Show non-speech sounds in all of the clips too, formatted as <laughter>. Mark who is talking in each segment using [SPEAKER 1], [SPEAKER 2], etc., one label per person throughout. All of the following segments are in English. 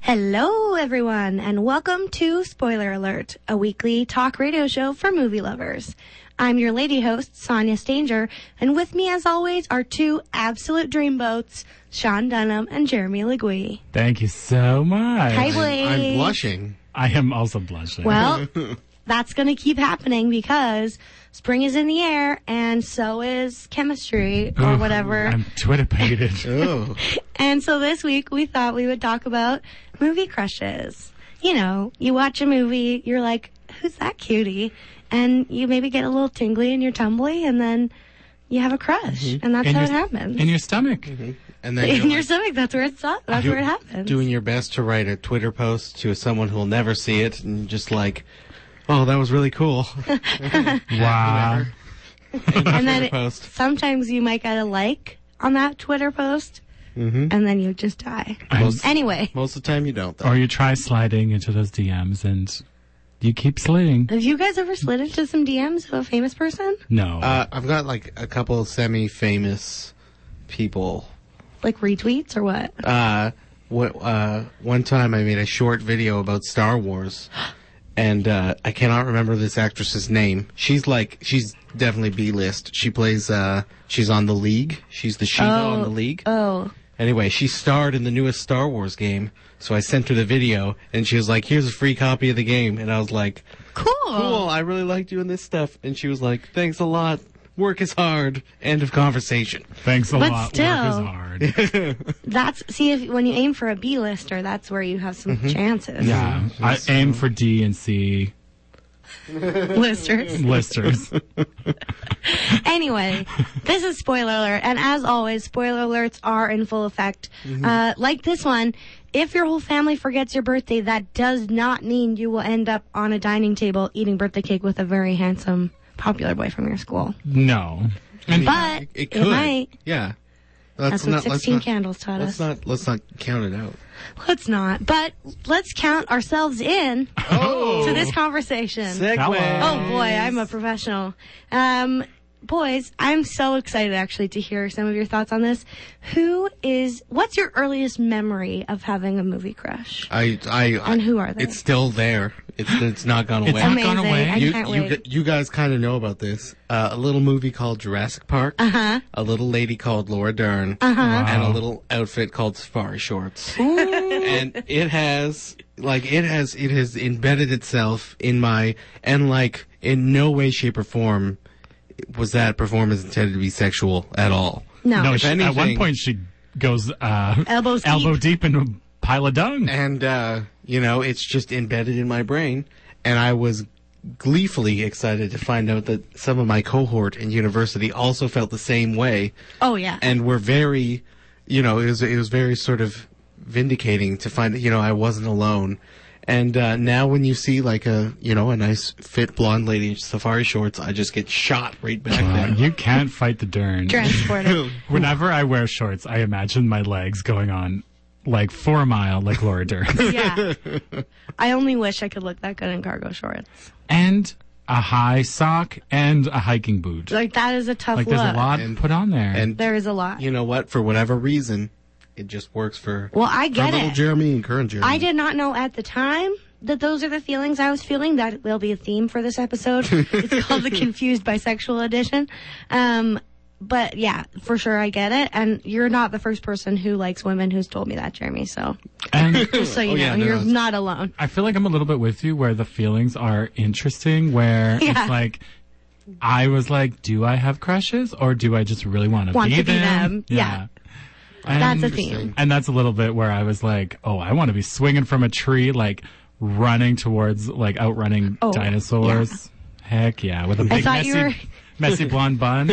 [SPEAKER 1] Hello, everyone, and welcome to Spoiler Alert, a weekly talk radio show for movie lovers. I'm your lady host, Sonia Stanger, and with me, as always, are two absolute dreamboats, Sean Dunham and Jeremy Legui.
[SPEAKER 2] Thank you so much.
[SPEAKER 1] Hi, Blake. <laughs>
[SPEAKER 3] I'm blushing.
[SPEAKER 2] I am also blushing.
[SPEAKER 3] <laughs>
[SPEAKER 1] Well, that's going to keep happening because spring is in the air, and so is chemistry or
[SPEAKER 2] Ugh,
[SPEAKER 1] whatever.
[SPEAKER 2] I'm Twitter pated.
[SPEAKER 3] Oh,
[SPEAKER 1] And so this week we thought we would talk about movie crushes. You know, you watch a movie, you're like, who's that cutie? And you maybe get a little tingly and you're tumbly and then you have a crush.
[SPEAKER 3] Mm-hmm.
[SPEAKER 1] And that's
[SPEAKER 2] In
[SPEAKER 1] how
[SPEAKER 2] your-
[SPEAKER 1] it happens.
[SPEAKER 2] in your stomach.
[SPEAKER 3] and
[SPEAKER 1] <laughs> In
[SPEAKER 3] then you're
[SPEAKER 1] your
[SPEAKER 3] like
[SPEAKER 1] stomach, that's where it's that's
[SPEAKER 3] do-
[SPEAKER 1] where it happens.
[SPEAKER 3] doing your best to write a Twitter post to someone who'll never see it, and just like, oh, that was
[SPEAKER 1] <laughs>
[SPEAKER 3] really cool. <laughs>
[SPEAKER 2] Wow.
[SPEAKER 1] and then
[SPEAKER 3] Twitter
[SPEAKER 1] it-
[SPEAKER 3] post.
[SPEAKER 1] sometimes you might get a like on that Twitter post
[SPEAKER 3] Mm-hmm.
[SPEAKER 1] and then you just die.
[SPEAKER 3] Most,
[SPEAKER 1] Anyway.
[SPEAKER 3] most of the time, you don't. Though.
[SPEAKER 2] Or you try sliding into those DMs and you keep sliding.
[SPEAKER 1] Have you guys ever slid into some DMs of a famous person?
[SPEAKER 2] No.
[SPEAKER 3] Uh, I've got like a couple of semi-famous people.
[SPEAKER 1] Like retweets or what?
[SPEAKER 3] Uh, what, uh, one time I made a short video about
[SPEAKER 1] <gasps>
[SPEAKER 3] Star Wars, and uh, I cannot remember this actress's name. She's like, she's definitely B-list. She plays, uh, she's on the League. She's the Shiva on the League.
[SPEAKER 1] Oh.
[SPEAKER 3] Anyway, she starred in the newest Star Wars game, so I sent her the video, and she was like, "Here's a free copy of the game," and I was like,
[SPEAKER 1] Cool.
[SPEAKER 3] "Cool, I really like doing this stuff," and she was like, "Thanks a lot. Work is hard." End of conversation.
[SPEAKER 2] Thanks a
[SPEAKER 1] but
[SPEAKER 2] lot. Work is
[SPEAKER 1] still-
[SPEAKER 3] <laughs>
[SPEAKER 2] hard.
[SPEAKER 1] That's see if when you aim for a B lister, that's where you have
[SPEAKER 3] Mm-hmm.
[SPEAKER 1] some chances.
[SPEAKER 2] Yeah. I aim for D and C
[SPEAKER 1] <laughs>
[SPEAKER 3] <laughs>
[SPEAKER 1] Listers.
[SPEAKER 2] listers.
[SPEAKER 1] anyway, this is spoiler alert, and as always, spoiler alerts are in full effect.
[SPEAKER 3] Mm-hmm.
[SPEAKER 1] Uh, like this one, if your whole family forgets your birthday, that does not mean you will end up on a dining table eating birthday cake with a very handsome, popular boy from your school.
[SPEAKER 2] no. And
[SPEAKER 1] But
[SPEAKER 3] It
[SPEAKER 1] it
[SPEAKER 3] could.
[SPEAKER 1] might.
[SPEAKER 3] Yeah.
[SPEAKER 1] That's
[SPEAKER 3] Let's
[SPEAKER 1] what
[SPEAKER 3] not- let's
[SPEAKER 1] 16
[SPEAKER 3] not-
[SPEAKER 1] candles taught us.
[SPEAKER 3] Let's not let's not count it out.
[SPEAKER 1] Let's not. But let's count ourselves in
[SPEAKER 3] Oh,
[SPEAKER 1] to this conversation.
[SPEAKER 2] Hello.
[SPEAKER 1] Oh boy, I'm a professional. Um, boys, I'm so excited actually to hear some of your thoughts on this. Who is? What's your earliest memory of having a movie crush?
[SPEAKER 3] I I
[SPEAKER 1] And who are they?
[SPEAKER 3] It's still there. It's it's not gone away.
[SPEAKER 2] It's not
[SPEAKER 1] Amazing.
[SPEAKER 2] gone away.
[SPEAKER 1] I
[SPEAKER 3] you,
[SPEAKER 1] can't
[SPEAKER 3] you,
[SPEAKER 1] wait.
[SPEAKER 3] gu- you guys kind of know about this. Uh, a little movie called Jurassic Park.
[SPEAKER 1] Uh-huh.
[SPEAKER 3] Uh huh. A little lady called Laura Dern. Uh huh. And a little outfit called Safari Shorts. and it has, like, it has, it has embedded itself in my, and like, in no way, shape, or form was that performance intended to be sexual at all.
[SPEAKER 1] no.
[SPEAKER 2] no,
[SPEAKER 3] if
[SPEAKER 2] she, at one
[SPEAKER 3] anything-
[SPEAKER 2] point she goes uh,
[SPEAKER 1] Elbows deep.
[SPEAKER 2] elbow deep in a pile of dung.
[SPEAKER 3] And, uh, you know, it's just embedded in my brain. And I was gleefully excited to find out that some of my cohort in university also felt the same way.
[SPEAKER 1] oh yeah.
[SPEAKER 3] and were very, you know, it was it was very sort of vindicating to find that you know I wasn't alone. And uh, now when you see like a you know a nice fit blonde lady in safari shorts, I just get shot right back
[SPEAKER 2] Uh,
[SPEAKER 3] there.
[SPEAKER 2] you can't fight the Dern. <laughs>
[SPEAKER 1] Transported.
[SPEAKER 2] Whenever I wear shorts, I imagine my legs going on like four a mile, like Laura Dern,
[SPEAKER 1] yeah. I only wish I could look that good in cargo shorts.
[SPEAKER 2] and a high sock and a hiking boot.
[SPEAKER 1] Like that is a tough
[SPEAKER 2] Like
[SPEAKER 1] look.
[SPEAKER 2] there's a lot
[SPEAKER 3] And-
[SPEAKER 2] put on there.
[SPEAKER 3] And
[SPEAKER 1] There is a lot.
[SPEAKER 3] you know what? For whatever reason, it just works for.
[SPEAKER 1] well, I
[SPEAKER 3] for
[SPEAKER 1] get
[SPEAKER 3] little
[SPEAKER 1] it.
[SPEAKER 3] Jeremy and current Jeremy.
[SPEAKER 1] I did not know at the time that those are the feelings I was feeling. That will be a theme for this
[SPEAKER 3] <laughs>
[SPEAKER 1] episode. it's called the Confused Bisexual Edition. Um, but yeah, for sure I get it. And you're not the first person who likes women who's told me that, Jeremy. So
[SPEAKER 3] <laughs>
[SPEAKER 2] and
[SPEAKER 1] just so you
[SPEAKER 3] Oh,
[SPEAKER 1] know,
[SPEAKER 3] yeah, no,
[SPEAKER 1] you're
[SPEAKER 3] no, it's-
[SPEAKER 1] not alone.
[SPEAKER 2] I feel like I'm a little bit with you where the feelings are interesting, where
[SPEAKER 1] Yeah.
[SPEAKER 2] it's like, I was like, do I have crushes or do I just really want to
[SPEAKER 1] Want
[SPEAKER 2] be
[SPEAKER 1] to be
[SPEAKER 2] them?
[SPEAKER 1] them. Yeah. That's
[SPEAKER 2] And-
[SPEAKER 1] a theme.
[SPEAKER 2] And that's a little bit where I was like, oh, I want to be swinging from a tree, like running towards, like outrunning
[SPEAKER 1] Oh,
[SPEAKER 2] dinosaurs. Heck yeah, with a big
[SPEAKER 1] thought
[SPEAKER 2] messy,
[SPEAKER 1] you were-
[SPEAKER 2] messy
[SPEAKER 1] <laughs>
[SPEAKER 2] blonde bun.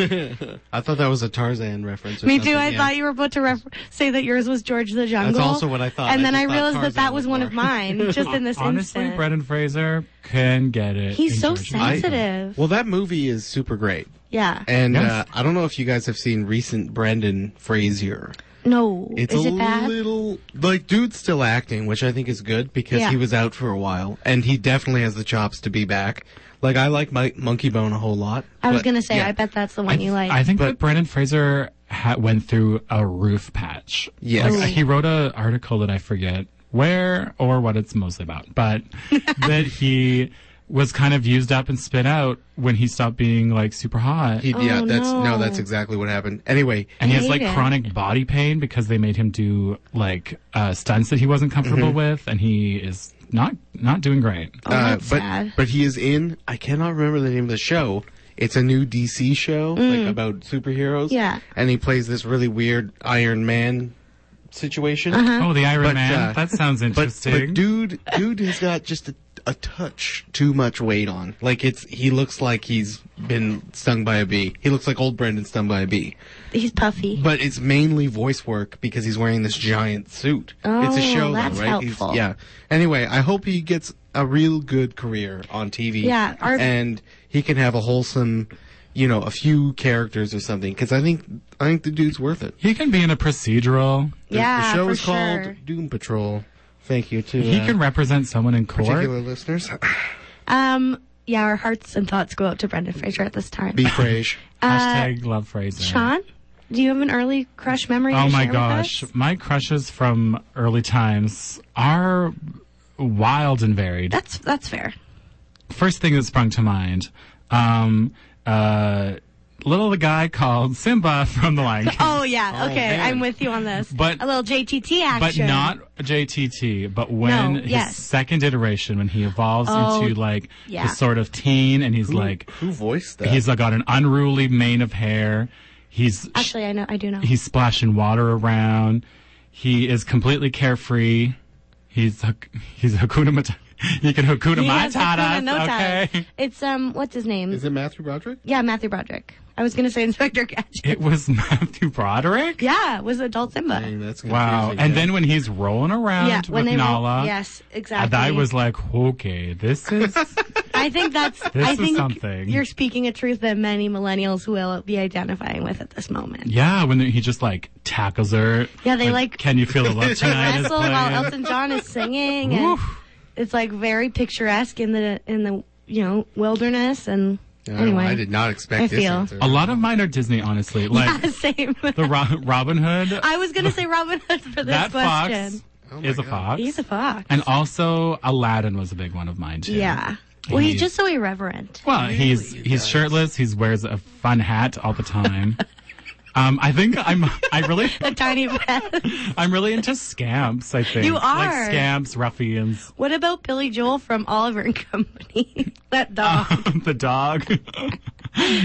[SPEAKER 3] I thought that was a Tarzan reference. Or
[SPEAKER 1] Me
[SPEAKER 3] something.
[SPEAKER 1] too. I
[SPEAKER 3] yeah.
[SPEAKER 1] thought you were about to ref- say that yours was George the Jungle.
[SPEAKER 3] also what I thought.
[SPEAKER 1] And
[SPEAKER 3] I
[SPEAKER 1] then
[SPEAKER 3] just
[SPEAKER 1] I
[SPEAKER 3] thought
[SPEAKER 1] realized that
[SPEAKER 3] Tarzan
[SPEAKER 1] that
[SPEAKER 3] was
[SPEAKER 1] was one of
[SPEAKER 3] more.
[SPEAKER 1] mine, just in this
[SPEAKER 3] <laughs>
[SPEAKER 2] Honestly,
[SPEAKER 1] instant.
[SPEAKER 2] Brendan Fraser can get it.
[SPEAKER 1] He's
[SPEAKER 2] in
[SPEAKER 1] so
[SPEAKER 2] Georgia.
[SPEAKER 3] I-
[SPEAKER 1] sensitive.
[SPEAKER 3] well, that movie is super great,
[SPEAKER 1] yeah.
[SPEAKER 3] and
[SPEAKER 2] Yes.
[SPEAKER 3] uh, I don't know if you guys have seen recent Brendan Fraser.
[SPEAKER 1] No.
[SPEAKER 3] It's
[SPEAKER 1] is
[SPEAKER 3] a
[SPEAKER 1] it bad?
[SPEAKER 3] little like dude's still acting, which I think is good because
[SPEAKER 1] Yeah.
[SPEAKER 3] he was out for a while, and he definitely has the chops to be back. Like I like my Monkey Bone a whole lot.
[SPEAKER 1] I was
[SPEAKER 3] but-
[SPEAKER 1] gonna say,
[SPEAKER 3] yeah.
[SPEAKER 1] I bet that's the one you like.
[SPEAKER 2] I think
[SPEAKER 3] But-
[SPEAKER 2] that Brendan Fraser ha- went through a roof patch.
[SPEAKER 3] Yes.
[SPEAKER 2] Like, he wrote a article that I forget where or what it's mostly about,
[SPEAKER 1] <laughs>
[SPEAKER 2] but that he was kind of used up and spit out when he stopped being like super hot.
[SPEAKER 3] He, yeah,
[SPEAKER 1] Oh,
[SPEAKER 3] that's
[SPEAKER 1] no.
[SPEAKER 3] no, that's exactly what happened. Anyway,
[SPEAKER 2] and he has
[SPEAKER 1] Hate
[SPEAKER 2] like
[SPEAKER 1] it.
[SPEAKER 2] chronic body pain because they made him do like uh, stunts that he wasn't comfortable
[SPEAKER 3] Mm-hmm.
[SPEAKER 2] with, and he is not not doing great.
[SPEAKER 1] Oh,
[SPEAKER 3] uh,
[SPEAKER 1] that's
[SPEAKER 3] but
[SPEAKER 1] sad.
[SPEAKER 3] but he is in. I cannot remember the name of the show. It's a new DC show, like about superheroes.
[SPEAKER 1] Mm. Yeah.
[SPEAKER 3] and he plays this really weird Iron Man situation.
[SPEAKER 1] Uh-huh.
[SPEAKER 2] Oh, the Iron
[SPEAKER 3] But,
[SPEAKER 2] Man.
[SPEAKER 3] uh,
[SPEAKER 2] that sounds
[SPEAKER 3] But,
[SPEAKER 2] interesting.
[SPEAKER 3] but dude, dude has got just a, a touch too much weight on. Like it's he looks like he's been stung by a bee. He looks like old Brendan stung by a bee.
[SPEAKER 1] He's puffy.
[SPEAKER 3] But it's mainly voice work because he's wearing this giant suit. it's
[SPEAKER 1] Oh,
[SPEAKER 3] a show,
[SPEAKER 1] that's
[SPEAKER 3] though, right? He's-
[SPEAKER 1] helpful.
[SPEAKER 3] yeah. Anyway, I hope he gets a real good career on TV.
[SPEAKER 1] Yeah, our-
[SPEAKER 3] and he can have a wholesome, you know, a few characters or something. Because I think I think the dude's worth it.
[SPEAKER 2] he can be in a procedural.
[SPEAKER 3] The,
[SPEAKER 1] yeah,
[SPEAKER 3] the show
[SPEAKER 1] for
[SPEAKER 3] is called
[SPEAKER 1] sure.
[SPEAKER 3] Doom Patrol. Thank you to
[SPEAKER 2] He
[SPEAKER 3] uh,
[SPEAKER 2] can represent someone in court.
[SPEAKER 3] particular listeners.
[SPEAKER 1] Um, yeah, our hearts and thoughts go out to Brendan Fraser at this time.
[SPEAKER 3] Be praise.
[SPEAKER 2] Hashtag love Fraser.
[SPEAKER 1] Uh, Sean, do you have an early crush memory?
[SPEAKER 2] Oh
[SPEAKER 1] to
[SPEAKER 2] my
[SPEAKER 1] share with
[SPEAKER 2] gosh,
[SPEAKER 1] us?
[SPEAKER 2] my crushes from early times are wild and varied.
[SPEAKER 1] that's that's fair.
[SPEAKER 2] First thing that sprung to mind, um, uh, little guy called Simba from The Lion King.
[SPEAKER 1] Oh yeah, okay,
[SPEAKER 3] man.
[SPEAKER 1] I'm with you on this.
[SPEAKER 2] But-
[SPEAKER 1] a little JTT
[SPEAKER 2] but
[SPEAKER 1] action,
[SPEAKER 2] not JTT. But when
[SPEAKER 1] No,
[SPEAKER 2] his
[SPEAKER 1] yes.
[SPEAKER 2] second iteration, when he evolves
[SPEAKER 1] Oh,
[SPEAKER 2] into like
[SPEAKER 1] yeah.
[SPEAKER 2] the sort of teen, and he's <laughs> like
[SPEAKER 3] who voiced that?
[SPEAKER 2] he's like, got an unruly mane of hair. He's
[SPEAKER 1] Actually, I know, I do know. <laughs>
[SPEAKER 2] he's splashing water around. He is completely carefree. He's hak- he's Hakuna Matata. <laughs> He can Hakuna
[SPEAKER 1] He has
[SPEAKER 2] Matata.
[SPEAKER 1] Hakuna <laughs> no Tata.
[SPEAKER 2] okay.
[SPEAKER 1] It's um, what's his name?
[SPEAKER 3] is it Matthew Broderick?
[SPEAKER 1] yeah, Matthew Broderick. I was gonna say <laughs> Inspector Gadget.
[SPEAKER 2] It was <laughs> Matthew Broderick.
[SPEAKER 1] yeah, was adult Simba.
[SPEAKER 3] Dang, that's
[SPEAKER 2] Wow.
[SPEAKER 3] confusing,
[SPEAKER 2] And
[SPEAKER 3] yeah.
[SPEAKER 2] then when he's rolling around
[SPEAKER 1] yeah,
[SPEAKER 2] with
[SPEAKER 1] they
[SPEAKER 2] Nala.
[SPEAKER 1] were, yes,
[SPEAKER 2] and
[SPEAKER 1] exactly. <laughs>
[SPEAKER 2] I was like, okay, this is <laughs>
[SPEAKER 1] I think that's. I
[SPEAKER 2] is
[SPEAKER 1] think
[SPEAKER 2] something.
[SPEAKER 1] you're speaking a truth that many millennials will be identifing with at this moment.
[SPEAKER 2] Yeah, when he just like tackles her.
[SPEAKER 1] Yeah, they, like-
[SPEAKER 2] Can you feel the love tonight?
[SPEAKER 1] <laughs>
[SPEAKER 2] is
[SPEAKER 1] wrestle while
[SPEAKER 2] playing.
[SPEAKER 1] Elton John
[SPEAKER 2] <laughs>
[SPEAKER 1] is singing, and
[SPEAKER 2] Oof.
[SPEAKER 1] it's like very picturesque in the in the you know wilderness. And
[SPEAKER 3] I,
[SPEAKER 1] anyway,
[SPEAKER 3] I did not expect
[SPEAKER 1] I
[SPEAKER 3] this
[SPEAKER 1] feel-
[SPEAKER 3] answer.
[SPEAKER 2] A lot of mine are Disney, honestly. Like
[SPEAKER 1] <laughs> same.
[SPEAKER 2] the Ro- Robin Hood.
[SPEAKER 1] <laughs> I was gonna say Robin Hood for this
[SPEAKER 2] that
[SPEAKER 1] question.
[SPEAKER 2] fox
[SPEAKER 3] Oh my
[SPEAKER 2] is a
[SPEAKER 3] God.
[SPEAKER 2] fox.
[SPEAKER 1] He's a fox.
[SPEAKER 2] and also Aladdin was a big one of mine too.
[SPEAKER 1] yeah. Well, he's
[SPEAKER 2] He's-
[SPEAKER 1] just so irreverent.
[SPEAKER 2] Well, he's he's shirtless. He wears a fun hat all
[SPEAKER 1] <laughs>
[SPEAKER 2] the time. um, I think I'm I really
[SPEAKER 1] <laughs> A tiny
[SPEAKER 2] <laughs>
[SPEAKER 1] breath.
[SPEAKER 2] I'm really into scamps. I think
[SPEAKER 1] You are.
[SPEAKER 2] like scamps, ruffians, <laughs>
[SPEAKER 1] what about Billy Joel from Oliver and Company? <laughs> that dog. <laughs>
[SPEAKER 2] the dog. <laughs> you
[SPEAKER 1] forget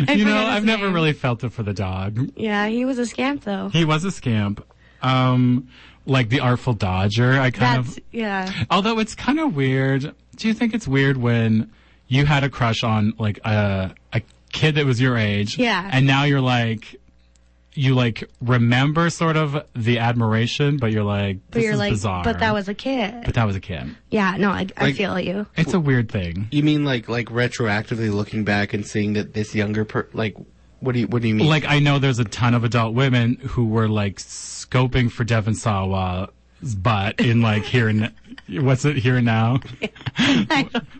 [SPEAKER 2] know,
[SPEAKER 1] his
[SPEAKER 2] I've never
[SPEAKER 1] name.
[SPEAKER 2] really felt it for the dog.
[SPEAKER 1] yeah, he was a scamp though.
[SPEAKER 2] He was a scamp. Um, like the Artful Dodger. I kind
[SPEAKER 1] That's
[SPEAKER 2] of,
[SPEAKER 1] yeah.
[SPEAKER 2] although it's kind of weird. Do you think it's weird when you had a crush on like a, a kid that was your age?
[SPEAKER 1] Yeah.
[SPEAKER 2] And now you're like, you like remember sort of the admiration, but you're like,
[SPEAKER 1] But
[SPEAKER 2] this
[SPEAKER 1] you're
[SPEAKER 2] is
[SPEAKER 1] like,
[SPEAKER 2] bizarre.
[SPEAKER 1] but that was a kid.
[SPEAKER 2] but that was a kid.
[SPEAKER 1] Yeah, no, I, I
[SPEAKER 3] Like-
[SPEAKER 1] feel you.
[SPEAKER 2] It's a weird thing.
[SPEAKER 3] You mean like like retroactively looking back and seeing that this younger per like what do you what do you mean?
[SPEAKER 2] Like I know there's a ton of adult women who were like scoping for Devon Sawa's butt in like here and what's it here
[SPEAKER 1] <laughs>
[SPEAKER 2] and now,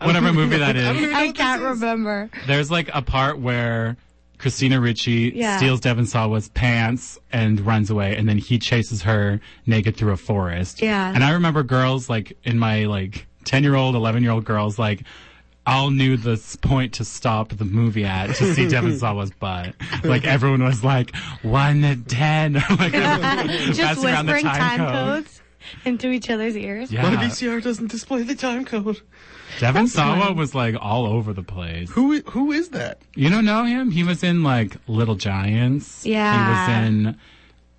[SPEAKER 2] whatever movie that is.
[SPEAKER 1] I can't remember.
[SPEAKER 2] There's like a part where Christina Ricci
[SPEAKER 1] Yeah.
[SPEAKER 2] steals Devon Sawa's pants and runs away, and then he chases her naked through a forest.
[SPEAKER 1] Yeah.
[SPEAKER 2] And I remember girls like in my like ten year old, eleven year old girls like. All knew this point to stop the movie at
[SPEAKER 1] <laughs>
[SPEAKER 2] to see Devon Sawa's butt. Like everyone was like one to ten, <laughs>
[SPEAKER 1] <laughs>
[SPEAKER 2] like
[SPEAKER 1] Uh, just
[SPEAKER 2] passing around the
[SPEAKER 1] whispering time,
[SPEAKER 2] code.
[SPEAKER 1] codes into each other's ears.
[SPEAKER 2] Yeah,
[SPEAKER 3] VCR E doesn't display the time code.
[SPEAKER 2] Devon Sawa was like all over the place.
[SPEAKER 3] Who i- who is that?
[SPEAKER 2] You don't know him? He was in like Little Giants.
[SPEAKER 1] Yeah.
[SPEAKER 2] He was in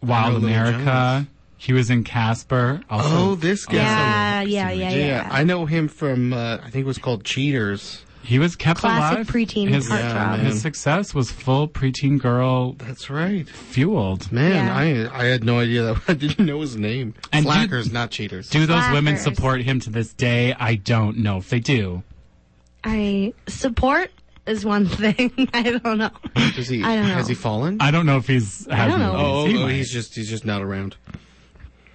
[SPEAKER 2] Wild
[SPEAKER 3] know Little
[SPEAKER 2] America.
[SPEAKER 3] Giants.
[SPEAKER 2] He was in Casper. Also,
[SPEAKER 3] Oh, this guy.
[SPEAKER 1] Yeah, yeah, yeah, yeah.
[SPEAKER 3] I know him from uh, I think it was called Cheaters.
[SPEAKER 2] he was kept
[SPEAKER 1] Classic
[SPEAKER 2] alive.
[SPEAKER 1] preteen
[SPEAKER 2] His,
[SPEAKER 1] heartthrob.
[SPEAKER 3] Yeah,
[SPEAKER 2] his success was full preteen girl
[SPEAKER 3] That's right.
[SPEAKER 2] fueled.
[SPEAKER 3] Man,
[SPEAKER 1] Yeah.
[SPEAKER 3] I I had no idea that <laughs> I didn't know his name.
[SPEAKER 2] And do-
[SPEAKER 3] Slackers, not cheaters.
[SPEAKER 2] Do those women
[SPEAKER 1] Slackers.
[SPEAKER 2] support him to this day? I don't know if they do.
[SPEAKER 1] I support is one <laughs> thing. I don't know.
[SPEAKER 3] Does he
[SPEAKER 1] I don't know.
[SPEAKER 3] has he fallen?
[SPEAKER 2] I don't know if he's. I
[SPEAKER 1] don't know.
[SPEAKER 3] oh,
[SPEAKER 2] he
[SPEAKER 3] oh,
[SPEAKER 2] might.
[SPEAKER 3] he's just he's just not around.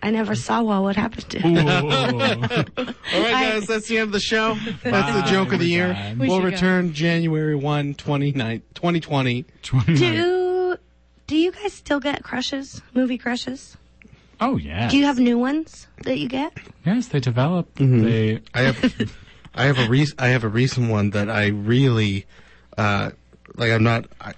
[SPEAKER 1] I never saw well what happened to <laughs>
[SPEAKER 3] Oh,
[SPEAKER 1] him.
[SPEAKER 2] <laughs>
[SPEAKER 3] <laughs>
[SPEAKER 2] Ooh.
[SPEAKER 3] All right,
[SPEAKER 1] I-
[SPEAKER 3] guys, that's the end of
[SPEAKER 1] <laughs>
[SPEAKER 3] the show. That's
[SPEAKER 2] Bye,
[SPEAKER 3] the joke of the
[SPEAKER 2] we're
[SPEAKER 3] year.
[SPEAKER 2] done.
[SPEAKER 1] We
[SPEAKER 3] We will
[SPEAKER 1] should go.
[SPEAKER 3] return January 1, 29 2020.
[SPEAKER 2] 29.
[SPEAKER 1] Do do you guys still get crushes? Movie crushes?
[SPEAKER 2] Oh yeah.
[SPEAKER 1] Do you have new ones that you get?
[SPEAKER 2] Yes, they develop.
[SPEAKER 3] Mm-hmm.
[SPEAKER 2] They
[SPEAKER 3] I have I have a re- I have a recent one that I really uh like I'm not I,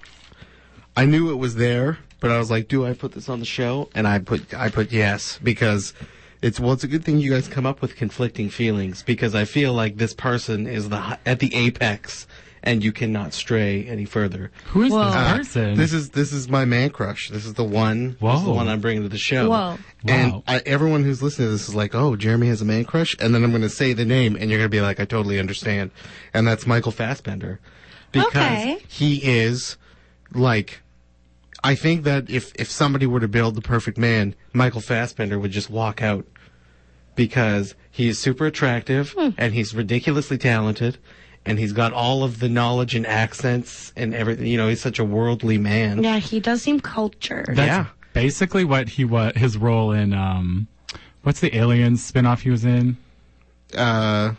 [SPEAKER 3] I knew it was there, but I was like, do I put this on the show? And I put I put yes because it's well it's a good thing you guys come up with conflicting feelings because I feel like this person is the hi- at the apex and you cannot stray any further.
[SPEAKER 2] who is
[SPEAKER 1] Whoa.
[SPEAKER 2] this
[SPEAKER 1] Uh,
[SPEAKER 2] person?
[SPEAKER 3] Uh-huh. This is this is my man crush. This is the one. This is the
[SPEAKER 2] Whoa.
[SPEAKER 3] one I'm bringing to the
[SPEAKER 1] Whoa.
[SPEAKER 3] show.
[SPEAKER 2] Wow.
[SPEAKER 3] And I, everyone who's listening to this is like, "Oh, Jeremy has a man crush," and then I'm going to say the name, and you're going to be like, "I totally understand," and that's Michael Fassbender because
[SPEAKER 1] Okay.
[SPEAKER 3] he is like. I think that if, if somebody were to build the perfect man, Michael Fassbender would just walk out because he is super attractive
[SPEAKER 1] Hmm.
[SPEAKER 3] and he's ridiculously talented and he's got all of the knowledge and accents and everything. You know, he's such a worldly man.
[SPEAKER 1] Yeah, he does seem cultured.
[SPEAKER 2] That's
[SPEAKER 3] yeah.
[SPEAKER 2] basically what he was his role in um what's the alien spin-off he was in?
[SPEAKER 3] Uh,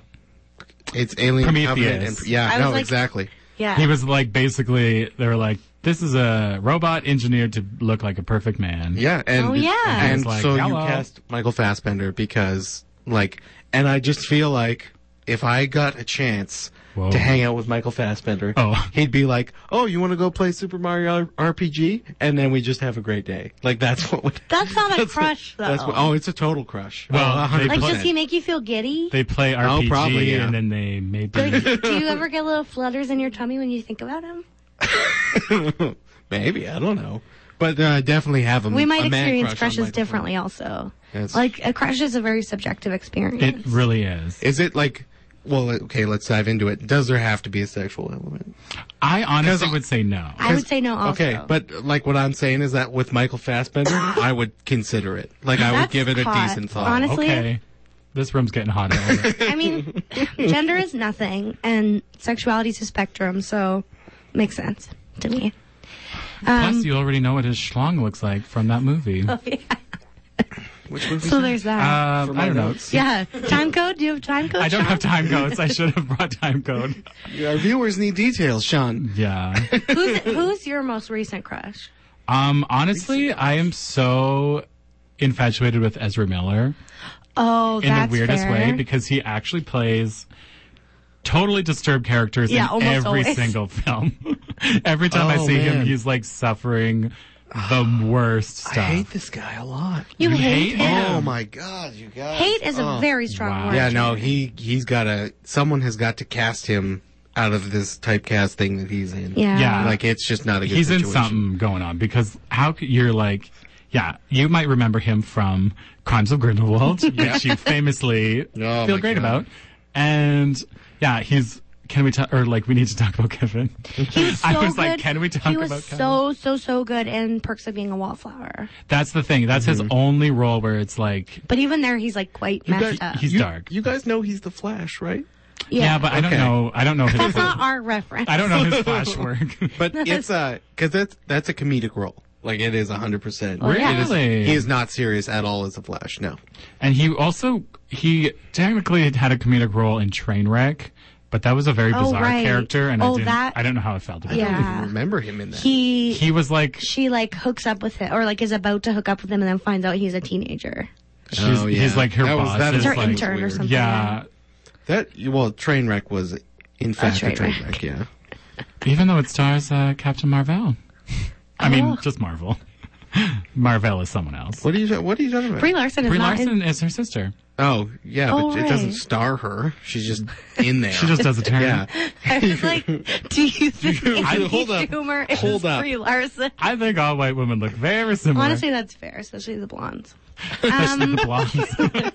[SPEAKER 3] it's Alien
[SPEAKER 2] Prometheus.
[SPEAKER 3] Covenant. And, yeah,
[SPEAKER 1] I was
[SPEAKER 3] no,
[SPEAKER 1] like-
[SPEAKER 3] exactly.
[SPEAKER 1] yeah.
[SPEAKER 2] He was like basically they were like this is a robot engineered to look like a perfect man.
[SPEAKER 3] Yeah, and
[SPEAKER 1] Oh, yeah. And
[SPEAKER 3] and
[SPEAKER 2] it's like,
[SPEAKER 3] so you
[SPEAKER 2] hello.
[SPEAKER 3] cast Michael Fassbender because like, and I just feel like if I got a chance
[SPEAKER 2] Whoa.
[SPEAKER 3] to hang out with Michael Fassbender,
[SPEAKER 2] Oh. <laughs>
[SPEAKER 3] he'd be like, "Oh, you want to go play Super Mario R- RPG?" And then we just have a great day. Like that's what would.
[SPEAKER 1] that's not a
[SPEAKER 3] <laughs> that's what-
[SPEAKER 1] crush, though.
[SPEAKER 3] That's what, oh, it's a total crush.
[SPEAKER 2] Well,
[SPEAKER 3] Oh, a hundred
[SPEAKER 2] they-
[SPEAKER 1] like, does
[SPEAKER 3] percent. Oh,
[SPEAKER 1] he make you feel giddy?
[SPEAKER 2] They play RPG
[SPEAKER 3] probably, yeah.
[SPEAKER 2] and then they maybe
[SPEAKER 1] Like, do you ever get little flutters in your tummy when you think about him?
[SPEAKER 3] <laughs> Maybe I don't know, but uh, I definitely have a.
[SPEAKER 2] Mm.
[SPEAKER 1] We might
[SPEAKER 3] a man
[SPEAKER 1] experience
[SPEAKER 3] crush on
[SPEAKER 1] crushes
[SPEAKER 3] Michael
[SPEAKER 1] differently, also.
[SPEAKER 3] That's-
[SPEAKER 1] Like, a crush is a very subjective experience.
[SPEAKER 2] it really is.
[SPEAKER 3] Is it like? Well, okay, let's dive into it. Does there have to be a sexual element?
[SPEAKER 2] I honestly would say no.
[SPEAKER 1] I would say no, also.
[SPEAKER 3] Okay, but like what I'm saying is that with Michael Fassbender,
[SPEAKER 1] <laughs>
[SPEAKER 3] I would consider it. Like I would
[SPEAKER 1] That's
[SPEAKER 3] give it a
[SPEAKER 1] hot.
[SPEAKER 3] decent thought.
[SPEAKER 1] Honest- honestly-
[SPEAKER 2] okay. This room's getting
[SPEAKER 3] <laughs>
[SPEAKER 2] hotter.
[SPEAKER 1] I mean,
[SPEAKER 2] <laughs>
[SPEAKER 1] gender is nothing, and sexuality is a spectrum, so makes sense to me. Um,
[SPEAKER 2] Plus you already know what his schlong looks like from that movie. Um,
[SPEAKER 3] Which movie?
[SPEAKER 1] So there's that.
[SPEAKER 2] I
[SPEAKER 3] my
[SPEAKER 2] don't know.
[SPEAKER 3] notes.
[SPEAKER 1] yeah. Time code? Do you have time code?
[SPEAKER 2] Uh, I don't
[SPEAKER 1] Sean?
[SPEAKER 2] have time codes. I should have brought time code.
[SPEAKER 3] <laughs> Our viewers need details, Sean.
[SPEAKER 2] Yeah.
[SPEAKER 1] who's, who's your most recent crush?
[SPEAKER 2] Um, honestly, I am so infatuated with Ezra Miller
[SPEAKER 1] Oh,
[SPEAKER 2] in
[SPEAKER 1] that's
[SPEAKER 2] the weirdest
[SPEAKER 1] fair.
[SPEAKER 2] way because he actually plays totally disturbed characters
[SPEAKER 1] Yeah,
[SPEAKER 2] in
[SPEAKER 1] almost
[SPEAKER 2] every
[SPEAKER 1] always. <laughs>
[SPEAKER 2] single film. <laughs> every time I
[SPEAKER 3] Oh,
[SPEAKER 2] see him,
[SPEAKER 3] man.
[SPEAKER 2] he's like suffering the worst stuff.
[SPEAKER 3] I hate this guy a lot.
[SPEAKER 1] you,
[SPEAKER 2] You
[SPEAKER 1] hate,
[SPEAKER 2] hate
[SPEAKER 1] him?
[SPEAKER 2] him?
[SPEAKER 3] Oh my god, you guys.
[SPEAKER 1] Hate is a
[SPEAKER 3] Oh.
[SPEAKER 1] very strong
[SPEAKER 2] Wow.
[SPEAKER 1] word.
[SPEAKER 3] Yeah, no, he he's got to someone has got to cast him out of this typecast thing that he's in.
[SPEAKER 1] Yeah.
[SPEAKER 2] Yeah.
[SPEAKER 3] Like it's just not a good
[SPEAKER 2] he's
[SPEAKER 3] situation.
[SPEAKER 2] in something going on because how c- you're like yeah you might remember him from crimes of
[SPEAKER 3] <laughs>
[SPEAKER 2] grindelwald which you famously
[SPEAKER 3] Oh,
[SPEAKER 2] feel
[SPEAKER 3] my
[SPEAKER 2] great
[SPEAKER 3] God.
[SPEAKER 2] about and yeah he's can we talk or like we need to talk about kevin
[SPEAKER 1] He was so
[SPEAKER 2] <laughs> i was
[SPEAKER 1] good.
[SPEAKER 2] like can we talk
[SPEAKER 1] He was
[SPEAKER 2] about kevin
[SPEAKER 1] so so so good in Perks of Being a Wallflower,
[SPEAKER 2] that's the thing that's his
[SPEAKER 3] Mm-hmm.
[SPEAKER 2] only role where it's like
[SPEAKER 1] but even there, he's like quite
[SPEAKER 3] You
[SPEAKER 1] messed
[SPEAKER 3] guys,
[SPEAKER 1] up.
[SPEAKER 2] he's
[SPEAKER 3] you-
[SPEAKER 2] dark.
[SPEAKER 3] You guys know he's the Flash, right?
[SPEAKER 2] yeah, but i don't
[SPEAKER 3] Okay.
[SPEAKER 2] know i don't know
[SPEAKER 3] <laughs>
[SPEAKER 2] his
[SPEAKER 1] that's not our reference.
[SPEAKER 2] i don't know his
[SPEAKER 1] <laughs>
[SPEAKER 2] flash work
[SPEAKER 3] But it's a because that's that's a comedic role. Like it is hundred percent.
[SPEAKER 1] Well, yeah.
[SPEAKER 2] Really?
[SPEAKER 3] He is not serious at all as a Flash. No.
[SPEAKER 2] And he also he technically had a comedic role in Trainwreck, but that was a very
[SPEAKER 1] Oh,
[SPEAKER 2] bizarre
[SPEAKER 1] right.
[SPEAKER 2] character, and I
[SPEAKER 1] Oh,
[SPEAKER 2] didn't
[SPEAKER 1] that-
[SPEAKER 2] I don't know how I felt about
[SPEAKER 1] Yeah.
[SPEAKER 2] it.
[SPEAKER 3] I remember him in that.
[SPEAKER 1] Ah. He,
[SPEAKER 2] He was like
[SPEAKER 1] she like hooks up with him, or like is about to hook up with him, and then finds out he's a teenager.
[SPEAKER 2] she's, he's like her
[SPEAKER 3] that
[SPEAKER 2] boss.
[SPEAKER 3] Was, that
[SPEAKER 2] is
[SPEAKER 3] is
[SPEAKER 1] Her
[SPEAKER 2] like,
[SPEAKER 1] intern or
[SPEAKER 3] weird.
[SPEAKER 1] something.
[SPEAKER 2] yeah.
[SPEAKER 3] That well, Trainwreck was in fact a
[SPEAKER 1] Trainwreck.
[SPEAKER 3] Trainwreck. Yeah.
[SPEAKER 2] Even though it stars uh, Captain Marvel. I mean,
[SPEAKER 1] Oh.
[SPEAKER 2] just Marvel. <laughs> Marvel is someone else.
[SPEAKER 3] What are you What are you talking about?
[SPEAKER 1] Brie Larson is
[SPEAKER 2] Brie
[SPEAKER 1] not. in-
[SPEAKER 2] Larson is her sister.
[SPEAKER 3] oh yeah, but
[SPEAKER 1] Oh,
[SPEAKER 3] it doesn't
[SPEAKER 1] right.
[SPEAKER 3] star her. She's just in
[SPEAKER 2] <laughs>
[SPEAKER 3] there.
[SPEAKER 2] She just does a turn.
[SPEAKER 3] yeah.
[SPEAKER 1] <laughs> I was like, do
[SPEAKER 2] <laughs>
[SPEAKER 1] you think Amy
[SPEAKER 3] hold up.
[SPEAKER 1] Schumer is
[SPEAKER 3] Hold up.
[SPEAKER 1] Brie Larson?
[SPEAKER 2] I think all white women look very similar.
[SPEAKER 1] Honestly, that's fair, especially the blondes.
[SPEAKER 2] <laughs>
[SPEAKER 1] Um,
[SPEAKER 2] especially the
[SPEAKER 1] <laughs>
[SPEAKER 2] blondes.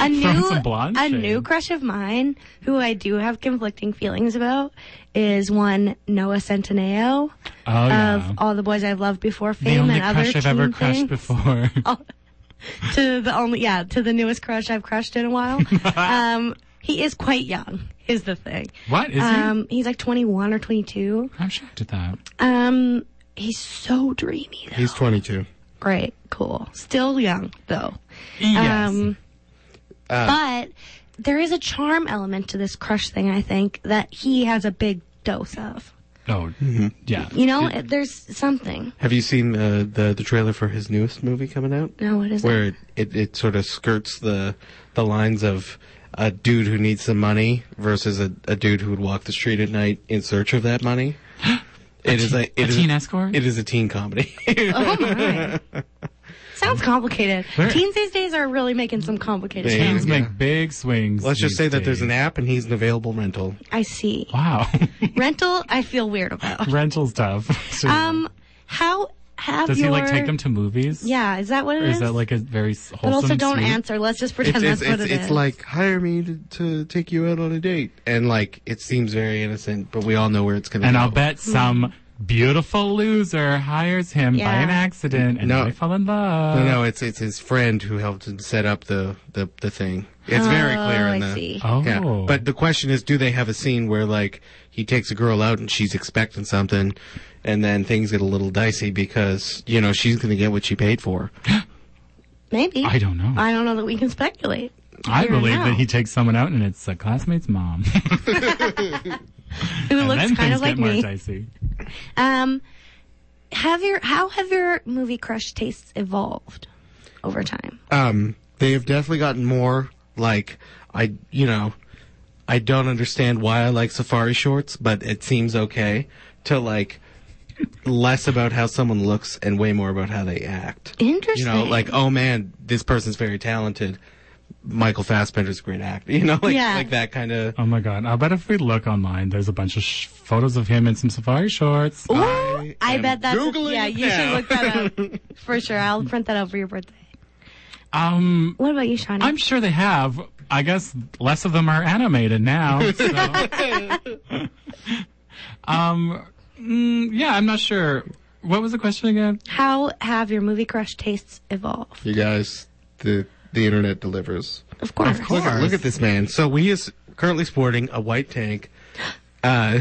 [SPEAKER 1] a new
[SPEAKER 2] some blonde
[SPEAKER 1] a
[SPEAKER 2] shade.
[SPEAKER 1] new crush of mine who I do have conflicting feelings about is one Noah Centineo
[SPEAKER 2] oh yeah.
[SPEAKER 1] of all the boys I've loved before
[SPEAKER 2] The
[SPEAKER 1] fame
[SPEAKER 2] only
[SPEAKER 1] and other
[SPEAKER 2] crush I've ever
[SPEAKER 1] teen
[SPEAKER 2] crushed
[SPEAKER 1] things.
[SPEAKER 2] before.
[SPEAKER 1] to the only yeah to the newest crush I've crushed in a
[SPEAKER 2] <laughs>
[SPEAKER 1] while. um, he is quite young. Is the thing.
[SPEAKER 2] What is he?
[SPEAKER 1] Um, he's like 21 or 22.
[SPEAKER 2] I'm shocked at that.
[SPEAKER 1] Um, he's so dreamy. Though.
[SPEAKER 3] He's 22.
[SPEAKER 1] Great, cool. Still young though.
[SPEAKER 2] Yes.
[SPEAKER 1] Um,
[SPEAKER 3] Uh,
[SPEAKER 1] but there is a charm element to this crush thing, I think, that he has a big dose of.
[SPEAKER 2] Oh, yeah.
[SPEAKER 1] You know, it- there's something.
[SPEAKER 3] Have you seen uh, the the trailer for his newest movie coming out?
[SPEAKER 1] No, what is
[SPEAKER 3] Where it, it, it sort of skirts the the lines of a dude who needs some money versus a, a dude who would walk the street at night in search of that money. It is a,
[SPEAKER 2] a
[SPEAKER 3] it is
[SPEAKER 2] teen escort?
[SPEAKER 3] It is a teen comedy. <laughs>
[SPEAKER 1] Oh
[SPEAKER 2] <laughs>
[SPEAKER 1] my. Sounds complicated.
[SPEAKER 2] Where-
[SPEAKER 1] Teens these days are really making some complicated
[SPEAKER 3] They-
[SPEAKER 1] things.
[SPEAKER 2] Teens make big swings.
[SPEAKER 3] Let's just
[SPEAKER 2] these
[SPEAKER 3] say that there's an
[SPEAKER 2] days.
[SPEAKER 3] app and he's an available rental.
[SPEAKER 1] I see.
[SPEAKER 3] <laughs>
[SPEAKER 2] Wow.
[SPEAKER 1] Rental, I feel weird about.
[SPEAKER 2] Rental stuff. So,
[SPEAKER 1] Um, how have
[SPEAKER 2] does
[SPEAKER 1] your...
[SPEAKER 2] he like take them to movies?
[SPEAKER 1] Yeah, is that what it
[SPEAKER 2] Or
[SPEAKER 1] is?
[SPEAKER 2] is that like a very wholesome?
[SPEAKER 1] but also don't
[SPEAKER 2] sweet-
[SPEAKER 1] answer. Let's just
[SPEAKER 3] It's,
[SPEAKER 1] pretend
[SPEAKER 3] it's,
[SPEAKER 1] that's what
[SPEAKER 3] it's,
[SPEAKER 1] it
[SPEAKER 3] it's
[SPEAKER 1] is.
[SPEAKER 3] like hire me to, to take you out on a date, and like it seems very innocent, but we all know where it's going to.
[SPEAKER 2] And
[SPEAKER 3] go.
[SPEAKER 2] I'll bet some beautiful loser hires him by
[SPEAKER 1] Yeah.
[SPEAKER 2] an accident, and
[SPEAKER 3] No.
[SPEAKER 2] they fall in love.
[SPEAKER 3] No, no, it's it's his friend who helped him set up the the, the thing. It's very
[SPEAKER 1] Oh,
[SPEAKER 3] clear in
[SPEAKER 1] I
[SPEAKER 3] the
[SPEAKER 1] see.
[SPEAKER 2] Oh,
[SPEAKER 3] yeah. But the question is, do they have a scene where like he takes a girl out and she's expecting something, and then things get a little dicey because you know she's going to get what she paid for.
[SPEAKER 1] Maybe.
[SPEAKER 2] I don't know. I,
[SPEAKER 1] I don't know that we can speculate. here
[SPEAKER 2] believe
[SPEAKER 1] now.
[SPEAKER 2] that he takes someone out, and it's a classmate's mom.
[SPEAKER 1] Who
[SPEAKER 2] <laughs> and
[SPEAKER 1] looks
[SPEAKER 2] then
[SPEAKER 1] kind
[SPEAKER 2] things
[SPEAKER 1] of like
[SPEAKER 2] get more
[SPEAKER 1] me.
[SPEAKER 2] dicey.
[SPEAKER 1] Um, have your how have your movie crush tastes evolved over time?
[SPEAKER 3] Um, they have definitely gotten more like I you know I don't understand why I like safari shorts, but it seems okay to like less about how someone looks and way more about how they act. you
[SPEAKER 1] Interesting.
[SPEAKER 3] know, like, oh man, this person's very talented. Michael Fassbender's a great actor. <laughs> You know, like
[SPEAKER 1] Yeah.
[SPEAKER 3] like that kind of.
[SPEAKER 2] Oh my god! I bet if we look online, there's a bunch of sh- photos of him in some safari shorts.
[SPEAKER 1] Ooh, I,
[SPEAKER 3] I am
[SPEAKER 1] bet that's
[SPEAKER 3] Googling
[SPEAKER 1] yeah.
[SPEAKER 3] it
[SPEAKER 1] You should
[SPEAKER 3] now.
[SPEAKER 1] look that up for sure. I'll print that out for your birthday.
[SPEAKER 2] Um,
[SPEAKER 1] What about you, Shawnee?
[SPEAKER 2] I'm sure they have. I guess less of them are animated now. So. um, mm, yeah, I'm not sure. What was the question again?
[SPEAKER 1] how have your movie crush tastes evolved?
[SPEAKER 3] You guys, the the internet delivers.
[SPEAKER 1] Of course.
[SPEAKER 2] Of course.
[SPEAKER 3] Look at, look at this man. So he is currently sporting a
[SPEAKER 1] <gasps>
[SPEAKER 3] white tank. Uh,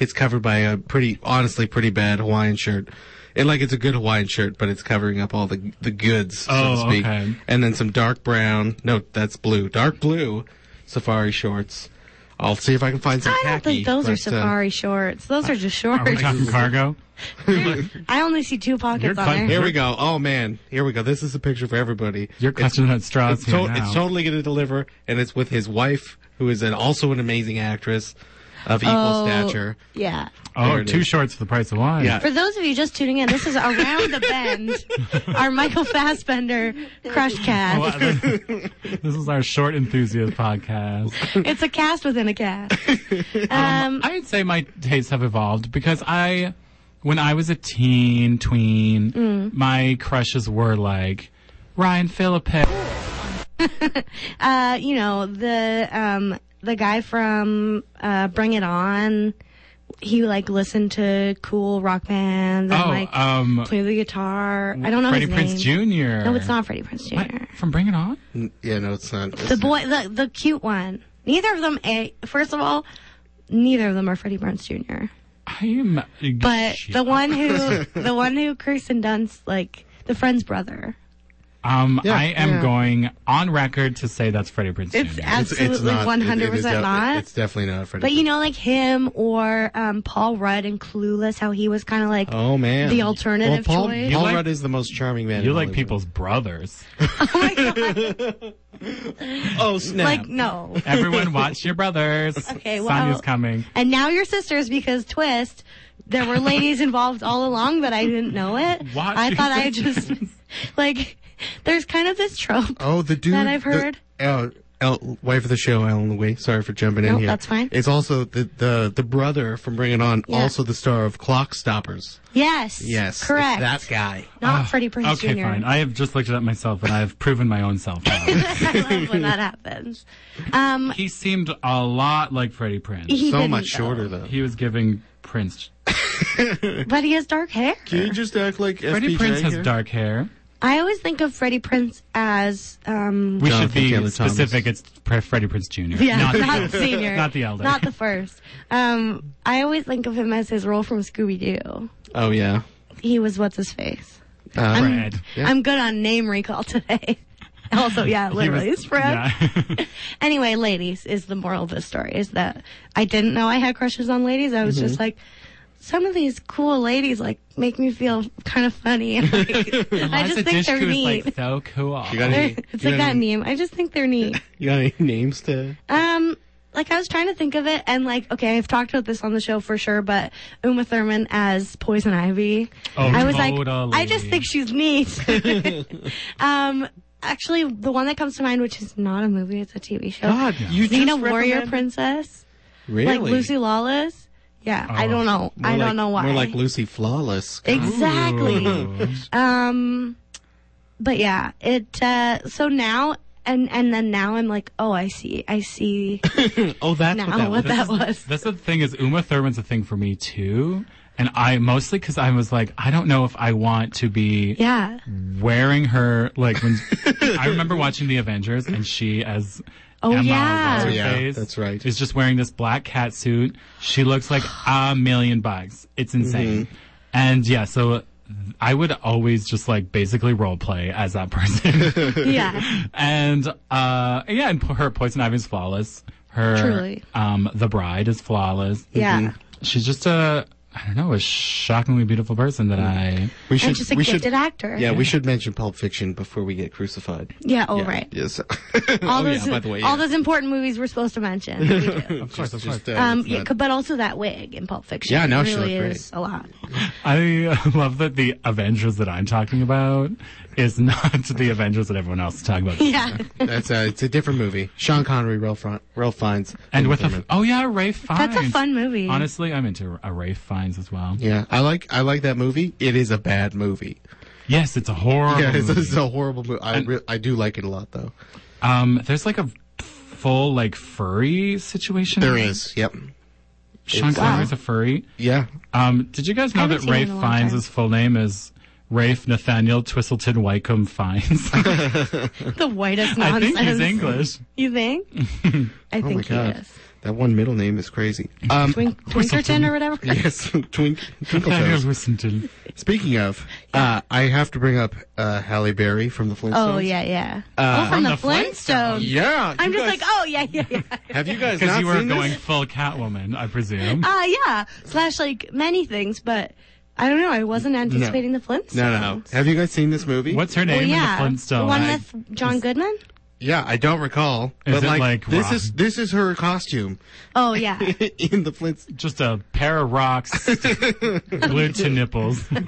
[SPEAKER 3] it's covered by a pretty, honestly, pretty bad Hawaiian shirt. And like it's a good Hawaiian shirt, but it's covering up all the the goods, so
[SPEAKER 2] Oh,
[SPEAKER 3] to speak.
[SPEAKER 2] okay.
[SPEAKER 3] And then some dark brown. No, that's blue. Dark blue safari shorts. I'll see if I can find some
[SPEAKER 1] I don't
[SPEAKER 3] khaki,
[SPEAKER 1] think those are
[SPEAKER 3] but, uh,
[SPEAKER 1] safari shorts. Those are just shorts.
[SPEAKER 2] Are we talking cargo?
[SPEAKER 1] I only see two
[SPEAKER 2] You're
[SPEAKER 1] pockets
[SPEAKER 2] cut-
[SPEAKER 1] on
[SPEAKER 3] Here
[SPEAKER 1] there.
[SPEAKER 3] we go. Oh man, here we go. This is a picture for everybody.
[SPEAKER 2] You're clutching at straws
[SPEAKER 3] It's,
[SPEAKER 2] here
[SPEAKER 3] to-
[SPEAKER 2] now.
[SPEAKER 3] it's totally going to deliver, and it's with his wife, who is an, also an amazing actress of equal
[SPEAKER 1] Oh,
[SPEAKER 3] stature.
[SPEAKER 1] Yeah.
[SPEAKER 3] There
[SPEAKER 2] oh,
[SPEAKER 3] it
[SPEAKER 2] two
[SPEAKER 3] is.
[SPEAKER 2] shorts for the price of one.
[SPEAKER 3] Yeah.
[SPEAKER 1] For those of you just tuning in, this is Around the Bend, our Michael Fassbender crush cast.
[SPEAKER 2] <laughs> Well, <laughs> this is our short enthusiast podcast.
[SPEAKER 3] <laughs>
[SPEAKER 1] It's a cast within a cast. Um,
[SPEAKER 2] I'd say my tastes have evolved because I, when I was a teen, tween, my crushes were like Ryan Philippe.
[SPEAKER 1] uh, you know, the um, the guy from uh, Bring It On, he like listened to cool rock bands and
[SPEAKER 2] Oh,
[SPEAKER 1] like
[SPEAKER 2] um,
[SPEAKER 1] play the guitar. I don't know
[SPEAKER 2] Freddie
[SPEAKER 1] his
[SPEAKER 2] Prince
[SPEAKER 1] name.
[SPEAKER 2] Jr.
[SPEAKER 1] No, it's not Freddie Prince Jr.
[SPEAKER 2] What? From Bring It On?
[SPEAKER 3] N- Yeah, no, it's not.
[SPEAKER 1] The boy, the the cute one. Neither of them. A first of all, neither of them are Freddie Prince Jr.
[SPEAKER 2] I am.
[SPEAKER 1] But
[SPEAKER 2] Shit.
[SPEAKER 1] the one who, the one who Kirsten Dunst, like the friend's brother.
[SPEAKER 2] Um,
[SPEAKER 3] Yeah,
[SPEAKER 2] I am
[SPEAKER 3] yeah.
[SPEAKER 2] going on record to say that's Freddie Prince
[SPEAKER 1] It's
[SPEAKER 2] Jr.
[SPEAKER 1] absolutely
[SPEAKER 3] not-
[SPEAKER 1] one
[SPEAKER 3] it- it
[SPEAKER 1] hundred
[SPEAKER 3] is
[SPEAKER 1] percent
[SPEAKER 3] def-
[SPEAKER 1] not.
[SPEAKER 3] It's definitely not Freddie.
[SPEAKER 1] but you know, like him or um, Paul Rudd and Clueless, how he was kind of like,
[SPEAKER 3] oh man,
[SPEAKER 1] the alternative
[SPEAKER 3] well, Paul,
[SPEAKER 1] choice.
[SPEAKER 3] Paul
[SPEAKER 2] You like-
[SPEAKER 3] Rudd is the most charming man.
[SPEAKER 2] you
[SPEAKER 3] in
[SPEAKER 2] like
[SPEAKER 3] Hollywood.
[SPEAKER 1] <laughs>
[SPEAKER 2] people's brothers.
[SPEAKER 3] <laughs> Oh snap!
[SPEAKER 1] like no.
[SPEAKER 2] Everyone, watch your brothers.
[SPEAKER 1] <laughs> Okay, well-
[SPEAKER 2] Sonya's coming.
[SPEAKER 1] And now your sisters, because twist, there were ladies
[SPEAKER 3] <laughs>
[SPEAKER 1] involved all along, but I didn't know it.
[SPEAKER 2] Watch
[SPEAKER 1] I
[SPEAKER 2] your
[SPEAKER 1] thought I just <laughs> like. There's kind of this trope.
[SPEAKER 3] Oh, the dude
[SPEAKER 1] that I've
[SPEAKER 3] the-
[SPEAKER 1] heard.
[SPEAKER 3] uh, El, wife of the show, Alan Louie. Sorry for jumping in
[SPEAKER 1] Nope,
[SPEAKER 3] here.
[SPEAKER 1] that's fine.
[SPEAKER 3] It's also the the, the brother from Bring It On,
[SPEAKER 1] Yeah.
[SPEAKER 3] also the star of Clock Stoppers.
[SPEAKER 1] Yes.
[SPEAKER 3] Yes,
[SPEAKER 1] Correct.
[SPEAKER 3] It's that guy. Ah,
[SPEAKER 1] Not <sighs> Freddie Prinze
[SPEAKER 2] Okay,
[SPEAKER 1] Jr. <laughs>
[SPEAKER 2] fine. I have just looked it up myself, and I have proven my own self. wrong.
[SPEAKER 1] I love when that happens. Um,
[SPEAKER 2] he seemed a lot like Freddie Prince.
[SPEAKER 1] he
[SPEAKER 3] so
[SPEAKER 1] didn't,
[SPEAKER 3] much
[SPEAKER 1] though.
[SPEAKER 3] shorter though.
[SPEAKER 2] He was giving Prince.
[SPEAKER 1] but he has dark hair.
[SPEAKER 3] Can you just act like
[SPEAKER 2] Freddie
[SPEAKER 3] FBJ
[SPEAKER 2] Prince has
[SPEAKER 3] here?
[SPEAKER 2] dark hair.
[SPEAKER 1] I always think of Freddie Prince as um,
[SPEAKER 2] We
[SPEAKER 3] Jonathan
[SPEAKER 2] should be
[SPEAKER 3] Taylor Thomas.
[SPEAKER 2] specific. It's Pre- Freddie Prince Jr.
[SPEAKER 1] yeah, <laughs> not,
[SPEAKER 2] not,
[SPEAKER 1] the senior,
[SPEAKER 2] not the elder.
[SPEAKER 1] not the first. Um, I always think of him as his role from Scooby Doo.
[SPEAKER 3] Oh yeah.
[SPEAKER 1] He was what's his face.
[SPEAKER 3] Uh,
[SPEAKER 2] Fred.
[SPEAKER 3] Yeah.
[SPEAKER 1] I'm good on name recall today. <laughs> also, yeah,
[SPEAKER 2] He was-
[SPEAKER 1] literally, it's Fred.
[SPEAKER 2] yeah. <laughs>
[SPEAKER 1] Anyway, ladies is the moral of the story is that I didn't know I had crushes on ladies. I was just like, some of these cool ladies like make me feel kind of funny. <laughs> Like,
[SPEAKER 2] <laughs>
[SPEAKER 1] I just
[SPEAKER 2] Eliza
[SPEAKER 1] think they're
[SPEAKER 2] Dushku is
[SPEAKER 1] neat.
[SPEAKER 2] like so cool.
[SPEAKER 3] You
[SPEAKER 2] <laughs>
[SPEAKER 3] got
[SPEAKER 1] They're-
[SPEAKER 3] any?
[SPEAKER 1] <laughs> it's
[SPEAKER 3] you
[SPEAKER 1] like
[SPEAKER 3] got
[SPEAKER 1] that
[SPEAKER 3] any-
[SPEAKER 1] meme. I just think they're neat.
[SPEAKER 3] You got any names to?
[SPEAKER 1] Um, like I was trying to think of it, and like, okay, I've talked about this on the show for sure, but Uma Thurman as Poison Ivy.
[SPEAKER 2] Oh,
[SPEAKER 1] I was
[SPEAKER 2] totally.
[SPEAKER 1] like, I just think she's neat. <laughs> um, actually, the one that comes to mind, which is not a movie, it's a TV show.
[SPEAKER 3] Oh, God, Ah, you
[SPEAKER 1] Xena
[SPEAKER 3] just
[SPEAKER 1] Warrior
[SPEAKER 3] recommended-
[SPEAKER 1] Princess,
[SPEAKER 3] Really?
[SPEAKER 1] like Lucy Lawless. Yeah, I
[SPEAKER 2] Oh.
[SPEAKER 1] don't know. I
[SPEAKER 3] More like-
[SPEAKER 1] don't know why.
[SPEAKER 3] More like Lucy Flawless.
[SPEAKER 1] exactly.
[SPEAKER 2] Ooh.
[SPEAKER 1] Um, but yeah, it. Uh, so now and and then now I'm like, oh, I see, I
[SPEAKER 3] <laughs>
[SPEAKER 1] see
[SPEAKER 3] Oh, that's what
[SPEAKER 1] now
[SPEAKER 3] that
[SPEAKER 1] what
[SPEAKER 3] was.
[SPEAKER 1] that was.
[SPEAKER 2] That's the thing is Uma Thurman's a thing for me too, and I mostly because I was like, I don't know if I want to be
[SPEAKER 1] Yeah.
[SPEAKER 3] Mm.
[SPEAKER 2] wearing her like
[SPEAKER 3] <laughs>
[SPEAKER 2] when I remember watching the Avengers and she as
[SPEAKER 1] Oh,
[SPEAKER 2] Emma
[SPEAKER 1] yeah.
[SPEAKER 2] what's her
[SPEAKER 3] Oh, yeah,
[SPEAKER 2] face,
[SPEAKER 3] that's right.
[SPEAKER 2] is just wearing this black cat suit. She looks like
[SPEAKER 1] <gasps>
[SPEAKER 2] a million bucks. It's insane.
[SPEAKER 3] Mm-hmm.
[SPEAKER 2] And yeah, so I would always just like basically role play as that
[SPEAKER 3] <laughs>
[SPEAKER 2] person.
[SPEAKER 3] Mm-hmm.
[SPEAKER 1] Yeah.
[SPEAKER 2] and uh yeah, and her poison ivy is flawless. Her
[SPEAKER 1] Truly.
[SPEAKER 2] um the bride is flawless.
[SPEAKER 1] Yeah.
[SPEAKER 2] She's just a I don't know, a shockingly beautiful person that I
[SPEAKER 3] We should.
[SPEAKER 1] And she's a
[SPEAKER 3] we
[SPEAKER 1] gifted
[SPEAKER 3] should,
[SPEAKER 1] actor.
[SPEAKER 3] Yeah, we should mention Pulp Fiction before we get crucified.
[SPEAKER 1] Yeah, oh,
[SPEAKER 3] Yeah,
[SPEAKER 1] right. <laughs>
[SPEAKER 3] Yes.
[SPEAKER 1] All
[SPEAKER 3] oh,
[SPEAKER 1] those,
[SPEAKER 3] yeah, by the way.
[SPEAKER 1] all
[SPEAKER 3] yeah.
[SPEAKER 1] those important movies we're supposed to mention.
[SPEAKER 3] <laughs>
[SPEAKER 1] We do.
[SPEAKER 2] Of course, of
[SPEAKER 3] Just, uh,
[SPEAKER 1] um,
[SPEAKER 3] it's
[SPEAKER 1] yeah,
[SPEAKER 3] not-
[SPEAKER 1] but also that wig in Pulp Fiction.
[SPEAKER 3] Yeah, no,
[SPEAKER 1] it
[SPEAKER 3] she
[SPEAKER 1] really
[SPEAKER 3] looked
[SPEAKER 1] is a lot. <laughs>
[SPEAKER 2] I <laughs> love that the Avengers that I'm talking about is not the Avengers that everyone else is talking about.
[SPEAKER 1] Yeah, <laughs>
[SPEAKER 3] That's a, it's a different movie. Sean Connery, Ralph, Ron, Ralph Fiennes,
[SPEAKER 2] And
[SPEAKER 3] Uma
[SPEAKER 2] with a,
[SPEAKER 3] Thurman.
[SPEAKER 2] oh yeah, Ray Fiennes.
[SPEAKER 1] that's a fun movie.
[SPEAKER 2] Honestly, I'm into a Ray Fiennes as well.
[SPEAKER 3] yeah, I like I like that movie. It is a bad movie. <laughs>
[SPEAKER 2] Yes, it's a horror.
[SPEAKER 3] Yeah, it's,
[SPEAKER 2] movie.
[SPEAKER 3] it's a horrible movie. I re- I do like it a lot though.
[SPEAKER 2] um, there's like a full like furry situation.
[SPEAKER 3] There is. Yep.
[SPEAKER 2] Sean
[SPEAKER 3] It's- uh,
[SPEAKER 2] Connery's a furry.
[SPEAKER 3] Yeah.
[SPEAKER 2] Um, did you guys know
[SPEAKER 1] haven't
[SPEAKER 2] that
[SPEAKER 1] seen it
[SPEAKER 2] Ray
[SPEAKER 1] in a long
[SPEAKER 2] Fiennes'
[SPEAKER 1] time.
[SPEAKER 2] full name is Rafe Nathaniel Twistleton
[SPEAKER 1] <laughs>
[SPEAKER 2] Wycombe Fiennes? <laughs>
[SPEAKER 1] the whitest
[SPEAKER 2] I
[SPEAKER 1] nonsense.
[SPEAKER 2] think he's English.
[SPEAKER 1] You
[SPEAKER 3] <laughs>
[SPEAKER 1] think? I
[SPEAKER 3] Oh my
[SPEAKER 1] think he
[SPEAKER 3] god.
[SPEAKER 1] is.
[SPEAKER 3] That one middle name is crazy. Um.
[SPEAKER 1] Twink-
[SPEAKER 3] <laughs>
[SPEAKER 1] Twinkerton or whatever.
[SPEAKER 3] yes. Twink. Twinkle <laughs>
[SPEAKER 2] Nathaniel
[SPEAKER 3] toes.
[SPEAKER 2] Twistleton.
[SPEAKER 3] Speaking of, uh, I have to bring up uh, Halle Berry from the Flintstones.
[SPEAKER 1] <laughs> Oh yeah, yeah.
[SPEAKER 3] Uh,
[SPEAKER 1] oh, from,
[SPEAKER 2] From
[SPEAKER 1] the,
[SPEAKER 2] the
[SPEAKER 1] Flintstones.
[SPEAKER 2] Flintstones.
[SPEAKER 3] Yeah.
[SPEAKER 1] I'm
[SPEAKER 3] you
[SPEAKER 1] just
[SPEAKER 3] guys-
[SPEAKER 1] like, oh yeah, yeah, yeah.
[SPEAKER 3] <laughs> Have you
[SPEAKER 1] <laughs>
[SPEAKER 3] guys
[SPEAKER 2] Because
[SPEAKER 3] not
[SPEAKER 2] you were
[SPEAKER 3] seen this?
[SPEAKER 2] going full Catwoman, I presume.
[SPEAKER 1] Uh, yeah. Slash like many things, but I don't know. I wasn't anticipating the Flintstones.
[SPEAKER 3] No, no. Have you guys seen this movie?
[SPEAKER 2] What's her
[SPEAKER 1] Well,
[SPEAKER 2] name
[SPEAKER 1] yeah.
[SPEAKER 2] in the Flintstones?
[SPEAKER 1] The one with John Goodman?
[SPEAKER 3] Yeah, I don't recall.
[SPEAKER 2] Is
[SPEAKER 3] but
[SPEAKER 2] it
[SPEAKER 3] like,
[SPEAKER 2] like
[SPEAKER 3] this
[SPEAKER 2] rock?
[SPEAKER 3] is this is her costume <laughs>
[SPEAKER 1] Oh yeah.
[SPEAKER 3] in the <laughs> Flintstones.
[SPEAKER 2] Just a pair of
[SPEAKER 1] <laughs>
[SPEAKER 2] rocks glued to nipples.
[SPEAKER 3] No,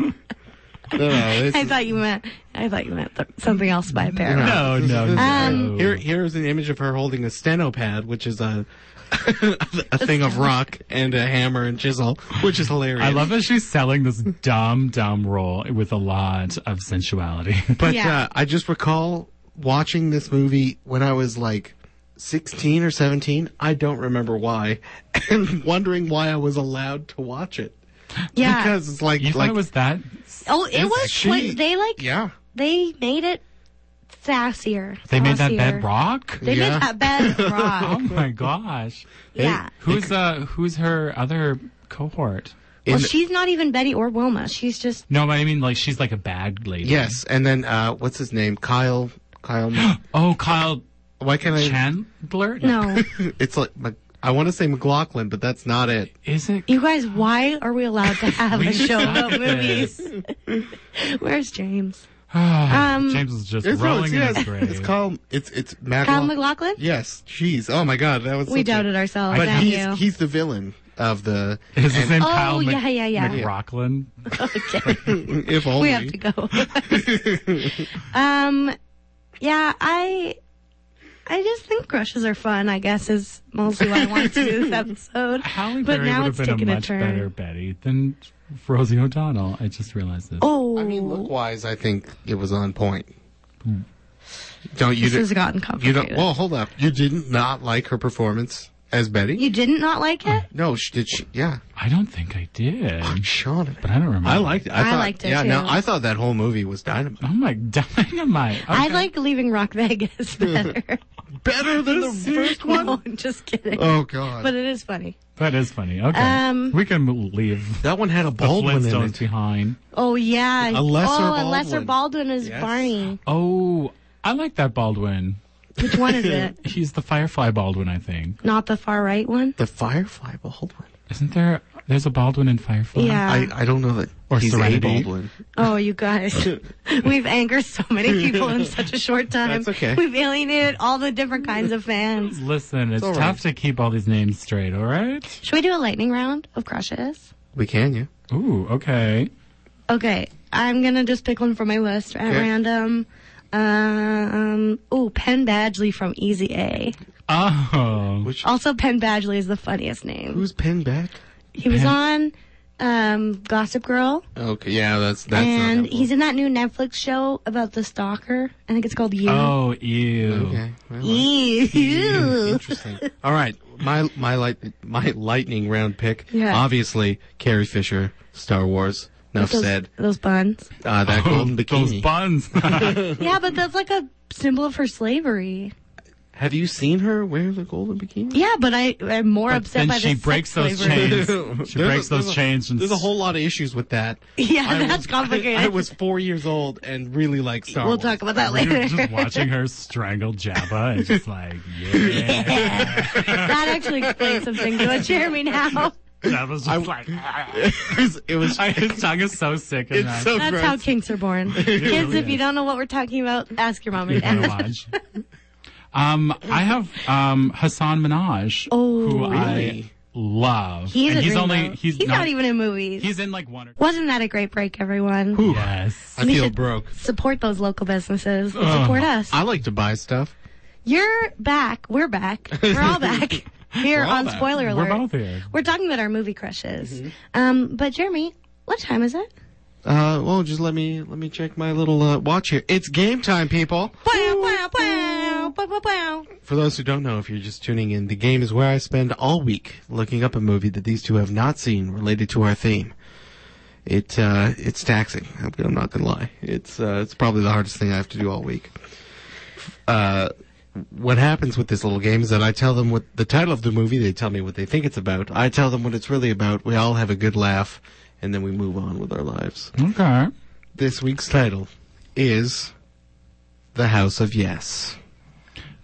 [SPEAKER 3] no, this
[SPEAKER 1] I
[SPEAKER 3] is-
[SPEAKER 1] thought you meant I thought you meant th- something else by a pair.
[SPEAKER 2] No, no, no.
[SPEAKER 1] Um,
[SPEAKER 3] here here is an image of her holding a steno pad, which is a <laughs> a thing of rock and a hammer and chisel, which is hilarious.
[SPEAKER 2] I love that she's selling this dumb, dumb role with a lot of sensuality. <laughs> But
[SPEAKER 3] But
[SPEAKER 1] Yeah.
[SPEAKER 3] uh, I just recall watching this movie when I was like 16 or 17. I don't remember why, <laughs> and wondering why I was allowed to watch it.
[SPEAKER 1] Yeah.
[SPEAKER 3] Because it's like
[SPEAKER 2] you thought
[SPEAKER 3] like
[SPEAKER 2] it was that?
[SPEAKER 1] oh, it
[SPEAKER 3] it's-
[SPEAKER 1] was
[SPEAKER 3] she-
[SPEAKER 1] quite, they like
[SPEAKER 3] yeah.
[SPEAKER 1] they made it sassier.
[SPEAKER 2] They made that
[SPEAKER 1] saucier.
[SPEAKER 2] bed rock?
[SPEAKER 1] They
[SPEAKER 3] Yeah.
[SPEAKER 1] made that bed
[SPEAKER 3] <laughs>
[SPEAKER 2] Oh
[SPEAKER 1] rock.
[SPEAKER 2] my gosh.
[SPEAKER 1] yeah.
[SPEAKER 2] Who's uh who's her other cohort?
[SPEAKER 1] Well,
[SPEAKER 3] In-
[SPEAKER 1] she's not even Betty or Wilma. She's just
[SPEAKER 2] No, but I mean like she's like a bad lady.
[SPEAKER 3] Yes, and then uh, what's his name? Kyle. Kyle.
[SPEAKER 2] <gasps> Oh, Kyle
[SPEAKER 3] why can't I?
[SPEAKER 2] Chandler?
[SPEAKER 1] no.
[SPEAKER 3] <laughs> It's like Mc- I want to say McLaughlin, but that's not it.
[SPEAKER 2] Is it
[SPEAKER 1] You guys, why are we allowed to have a show about
[SPEAKER 2] got
[SPEAKER 1] movies? <laughs> Where's James? Um,
[SPEAKER 2] James is just
[SPEAKER 3] It's, no,
[SPEAKER 2] rolling
[SPEAKER 3] it's,
[SPEAKER 2] in
[SPEAKER 3] yes,
[SPEAKER 2] his grave.
[SPEAKER 3] it's Kyle. It's it's Matt.
[SPEAKER 1] Kyle
[SPEAKER 3] Lau-
[SPEAKER 1] McLaughlin?
[SPEAKER 3] Yes. Jeez. Oh my God. That was.
[SPEAKER 1] We
[SPEAKER 3] such a-
[SPEAKER 1] doubted ourselves.
[SPEAKER 2] But
[SPEAKER 1] But
[SPEAKER 3] But
[SPEAKER 1] at
[SPEAKER 3] he's
[SPEAKER 1] you.
[SPEAKER 3] he's the villain of the. <laughs>
[SPEAKER 2] Is his name
[SPEAKER 1] Oh,
[SPEAKER 2] Kyle Mc-
[SPEAKER 1] yeah, yeah, yeah.
[SPEAKER 2] McRockland?
[SPEAKER 1] <laughs> okay.
[SPEAKER 3] if only.
[SPEAKER 1] we have to go. <laughs> um, yeah, I, I just think crushes are fun. I guess is mostly what I wanted to do this
[SPEAKER 3] <laughs>
[SPEAKER 1] episode.
[SPEAKER 2] Halle
[SPEAKER 1] but
[SPEAKER 2] Berry
[SPEAKER 1] now it's
[SPEAKER 2] would have been a
[SPEAKER 1] taking a
[SPEAKER 2] much
[SPEAKER 1] turn.
[SPEAKER 2] better Betty than Rosie O'Donnell. I just realized this.
[SPEAKER 1] Oh,
[SPEAKER 3] I mean, look wise, I think it was on point. Hmm. Don't you?
[SPEAKER 1] this has
[SPEAKER 3] Di-
[SPEAKER 1] gotten
[SPEAKER 3] you
[SPEAKER 1] complicated.
[SPEAKER 3] don't. Well, hold up. You didn't not like her performance as Betty?
[SPEAKER 1] you didn't not like it?
[SPEAKER 3] no, she did. She, yeah,
[SPEAKER 2] I don't think I did, but
[SPEAKER 3] Sean.
[SPEAKER 2] I don't remember.
[SPEAKER 3] I liked it. I,
[SPEAKER 1] I
[SPEAKER 3] thought,
[SPEAKER 1] liked it,
[SPEAKER 3] Yeah, no,
[SPEAKER 1] too.
[SPEAKER 3] I thought that whole movie was dynamite.
[SPEAKER 2] Oh my <laughs> dynamite! Okay.
[SPEAKER 1] I like leaving Rock
[SPEAKER 3] <laughs>
[SPEAKER 1] Vegas better. <laughs>
[SPEAKER 3] Better than the first
[SPEAKER 1] no, I'm just kidding.
[SPEAKER 3] <laughs> Oh god.
[SPEAKER 1] But it is funny.
[SPEAKER 2] Oh, that is funny. Okay,
[SPEAKER 1] Um,
[SPEAKER 2] we can leave
[SPEAKER 3] that one had a
[SPEAKER 2] the
[SPEAKER 3] Baldwin in
[SPEAKER 2] Flintstones
[SPEAKER 3] it.
[SPEAKER 2] behind.
[SPEAKER 1] Oh yeah,
[SPEAKER 3] A lesser
[SPEAKER 1] oh, a
[SPEAKER 3] Baldwin.
[SPEAKER 1] lesser Baldwin is
[SPEAKER 3] Yes.
[SPEAKER 1] Barney.
[SPEAKER 2] Oh, I like that Baldwin.
[SPEAKER 1] Which one is it?
[SPEAKER 3] <laughs>
[SPEAKER 2] He's the Firefly Baldwin, I think.
[SPEAKER 1] Not the far right one.
[SPEAKER 3] The Firefly Baldwin.
[SPEAKER 2] Isn't there There's a Baldwin in Firefly.
[SPEAKER 1] Yeah.
[SPEAKER 4] I, I don't know that
[SPEAKER 2] Or
[SPEAKER 4] he's
[SPEAKER 2] Serenity.
[SPEAKER 4] a Baldwin.
[SPEAKER 1] Oh, you guys. We've angered so many people in such a short time.
[SPEAKER 4] That's okay.
[SPEAKER 1] We've alienated all the different kinds of
[SPEAKER 2] <laughs>
[SPEAKER 1] fans.
[SPEAKER 2] Listen, it's,
[SPEAKER 4] all right.
[SPEAKER 2] tough to keep all these names straight, all right?
[SPEAKER 1] Should we do a lightning round of crushes?
[SPEAKER 4] We can, yeah.
[SPEAKER 2] Ooh, okay.
[SPEAKER 1] Okay, I'm gonna just pick one from my list at
[SPEAKER 4] Okay.
[SPEAKER 1] random. Um, oh, Penn Badgley from Easy A.
[SPEAKER 2] Oh.
[SPEAKER 4] Which
[SPEAKER 1] Also, Penn Badgley is the funniest name.
[SPEAKER 4] who's Penn back?
[SPEAKER 1] he was on um, Gossip Girl,
[SPEAKER 3] Okay, yeah, that's that's
[SPEAKER 1] and
[SPEAKER 3] not helpful.
[SPEAKER 1] he's in that new Netflix show about the stalker. I think it's called You.
[SPEAKER 2] Oh, ew.
[SPEAKER 4] Okay. well,
[SPEAKER 3] <laughs>
[SPEAKER 1] Ew.
[SPEAKER 4] interesting.
[SPEAKER 3] All right, my my light my lightning round pick.
[SPEAKER 1] Yeah.
[SPEAKER 3] Obviously, Carrie Fisher, Star Wars. Enough
[SPEAKER 1] Those,
[SPEAKER 3] said.
[SPEAKER 1] those buns.
[SPEAKER 3] Uh,
[SPEAKER 2] <laughs>
[SPEAKER 3] that golden
[SPEAKER 2] Those
[SPEAKER 3] bikini. <laughs>
[SPEAKER 2] buns. <laughs>
[SPEAKER 1] yeah, but that's like a symbol of her slavery.
[SPEAKER 4] Have you seen her wear the golden bikini?
[SPEAKER 1] Yeah, but I, I'm more upset
[SPEAKER 2] then
[SPEAKER 1] by the
[SPEAKER 2] she breaks
[SPEAKER 1] sex
[SPEAKER 2] those
[SPEAKER 1] slavery.
[SPEAKER 2] chains.
[SPEAKER 4] There's
[SPEAKER 2] She breaks those
[SPEAKER 3] a- <laughs> there's a-
[SPEAKER 2] chains and
[SPEAKER 3] There's a whole lot of issues with that.
[SPEAKER 1] <laughs> Yeah,
[SPEAKER 3] I
[SPEAKER 1] that's
[SPEAKER 3] was-
[SPEAKER 1] complicated.
[SPEAKER 3] I, I was four years old and really liked
[SPEAKER 1] <laughs>
[SPEAKER 3] Star
[SPEAKER 1] we'll
[SPEAKER 3] Wars.
[SPEAKER 1] talk about that
[SPEAKER 2] You're
[SPEAKER 1] later.
[SPEAKER 3] <laughs>
[SPEAKER 2] just watching her strangle Jabba and just like, yeah.
[SPEAKER 1] <laughs>
[SPEAKER 3] <laughs>
[SPEAKER 1] that actually explains something to Jeremy
[SPEAKER 2] <laughs>
[SPEAKER 1] now.
[SPEAKER 2] Jabba's just like,
[SPEAKER 3] <laughs> It was,
[SPEAKER 2] <laughs>
[SPEAKER 3] it was
[SPEAKER 2] his tongue is so sick. in
[SPEAKER 3] it's
[SPEAKER 2] that.
[SPEAKER 3] so
[SPEAKER 1] That's
[SPEAKER 3] gross.
[SPEAKER 1] how kinks are
[SPEAKER 2] <laughs>
[SPEAKER 1] born. Kids, if you don't know what we're talking about, ask your mom and
[SPEAKER 2] Gotta
[SPEAKER 1] dad.
[SPEAKER 2] watch. Um, I have um Hassan Minaj,
[SPEAKER 1] Oh.
[SPEAKER 2] who I
[SPEAKER 3] Really?
[SPEAKER 2] love.
[SPEAKER 1] He's
[SPEAKER 2] and
[SPEAKER 1] a
[SPEAKER 2] he's
[SPEAKER 1] dreamboat.
[SPEAKER 2] only he's,
[SPEAKER 1] not, even in movies.
[SPEAKER 2] he's in like one or
[SPEAKER 1] Wasn't that a great break, everyone?
[SPEAKER 2] yes.
[SPEAKER 3] I
[SPEAKER 1] We
[SPEAKER 3] feel
[SPEAKER 1] should
[SPEAKER 3] broke.
[SPEAKER 1] Support those local businesses. Support us.
[SPEAKER 3] I like to buy stuff.
[SPEAKER 1] You're back. We're back. We're
[SPEAKER 2] <laughs>
[SPEAKER 1] all back here
[SPEAKER 3] We're all
[SPEAKER 1] on
[SPEAKER 3] back.
[SPEAKER 1] Spoiler
[SPEAKER 2] We're
[SPEAKER 1] Alert.
[SPEAKER 2] both here.
[SPEAKER 1] We're talking about our movie crushes. Um, but Jeremy, what time is it?
[SPEAKER 3] Uh, well, just let me let me check my little uh, watch here. It's game time, people.
[SPEAKER 1] Wow, wow, wow, wow, wow, wow.
[SPEAKER 3] For those who don't know, if you're just tuning in, the game is where I spend all week looking up a movie that these two have not seen related to our theme. It uh, it's taxing. I'm, I'm not gonna lie. It's uh, it's probably the hardest thing I have to do all week. Uh, what happens with this little game is that I tell them what the title of the movie. They tell me what they think it's about. I tell them what it's really about. We all have a good laugh, and then we move on with our lives.
[SPEAKER 2] Okay.
[SPEAKER 3] This week's title is The House of Yes.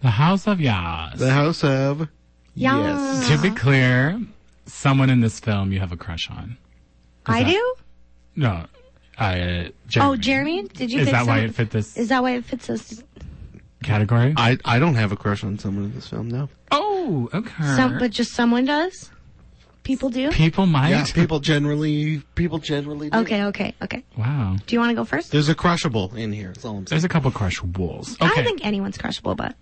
[SPEAKER 2] The House of Yas.
[SPEAKER 3] The House of
[SPEAKER 1] Yas.
[SPEAKER 2] to be clear, someone in this film you have a crush on.
[SPEAKER 1] I
[SPEAKER 2] that-
[SPEAKER 1] do?
[SPEAKER 2] No, I. Uh, Jeremy.
[SPEAKER 1] Oh, Jeremy, did you
[SPEAKER 2] Is
[SPEAKER 1] pick
[SPEAKER 2] that why
[SPEAKER 1] some-
[SPEAKER 2] it fit this
[SPEAKER 1] Is that why it fits us?
[SPEAKER 2] category?
[SPEAKER 3] I, I don't have a crush on someone in this film, no.
[SPEAKER 2] oh, okay.
[SPEAKER 1] Some, but just someone does? People do?
[SPEAKER 2] people might.
[SPEAKER 3] people generally people generally do.
[SPEAKER 1] Okay, okay, okay.
[SPEAKER 2] Wow.
[SPEAKER 1] Do you want to go first?
[SPEAKER 3] There's a crushable in here. That's all I'm saying.
[SPEAKER 2] There's a couple crush wolves. Okay.
[SPEAKER 1] I don't think anyone's crushable, but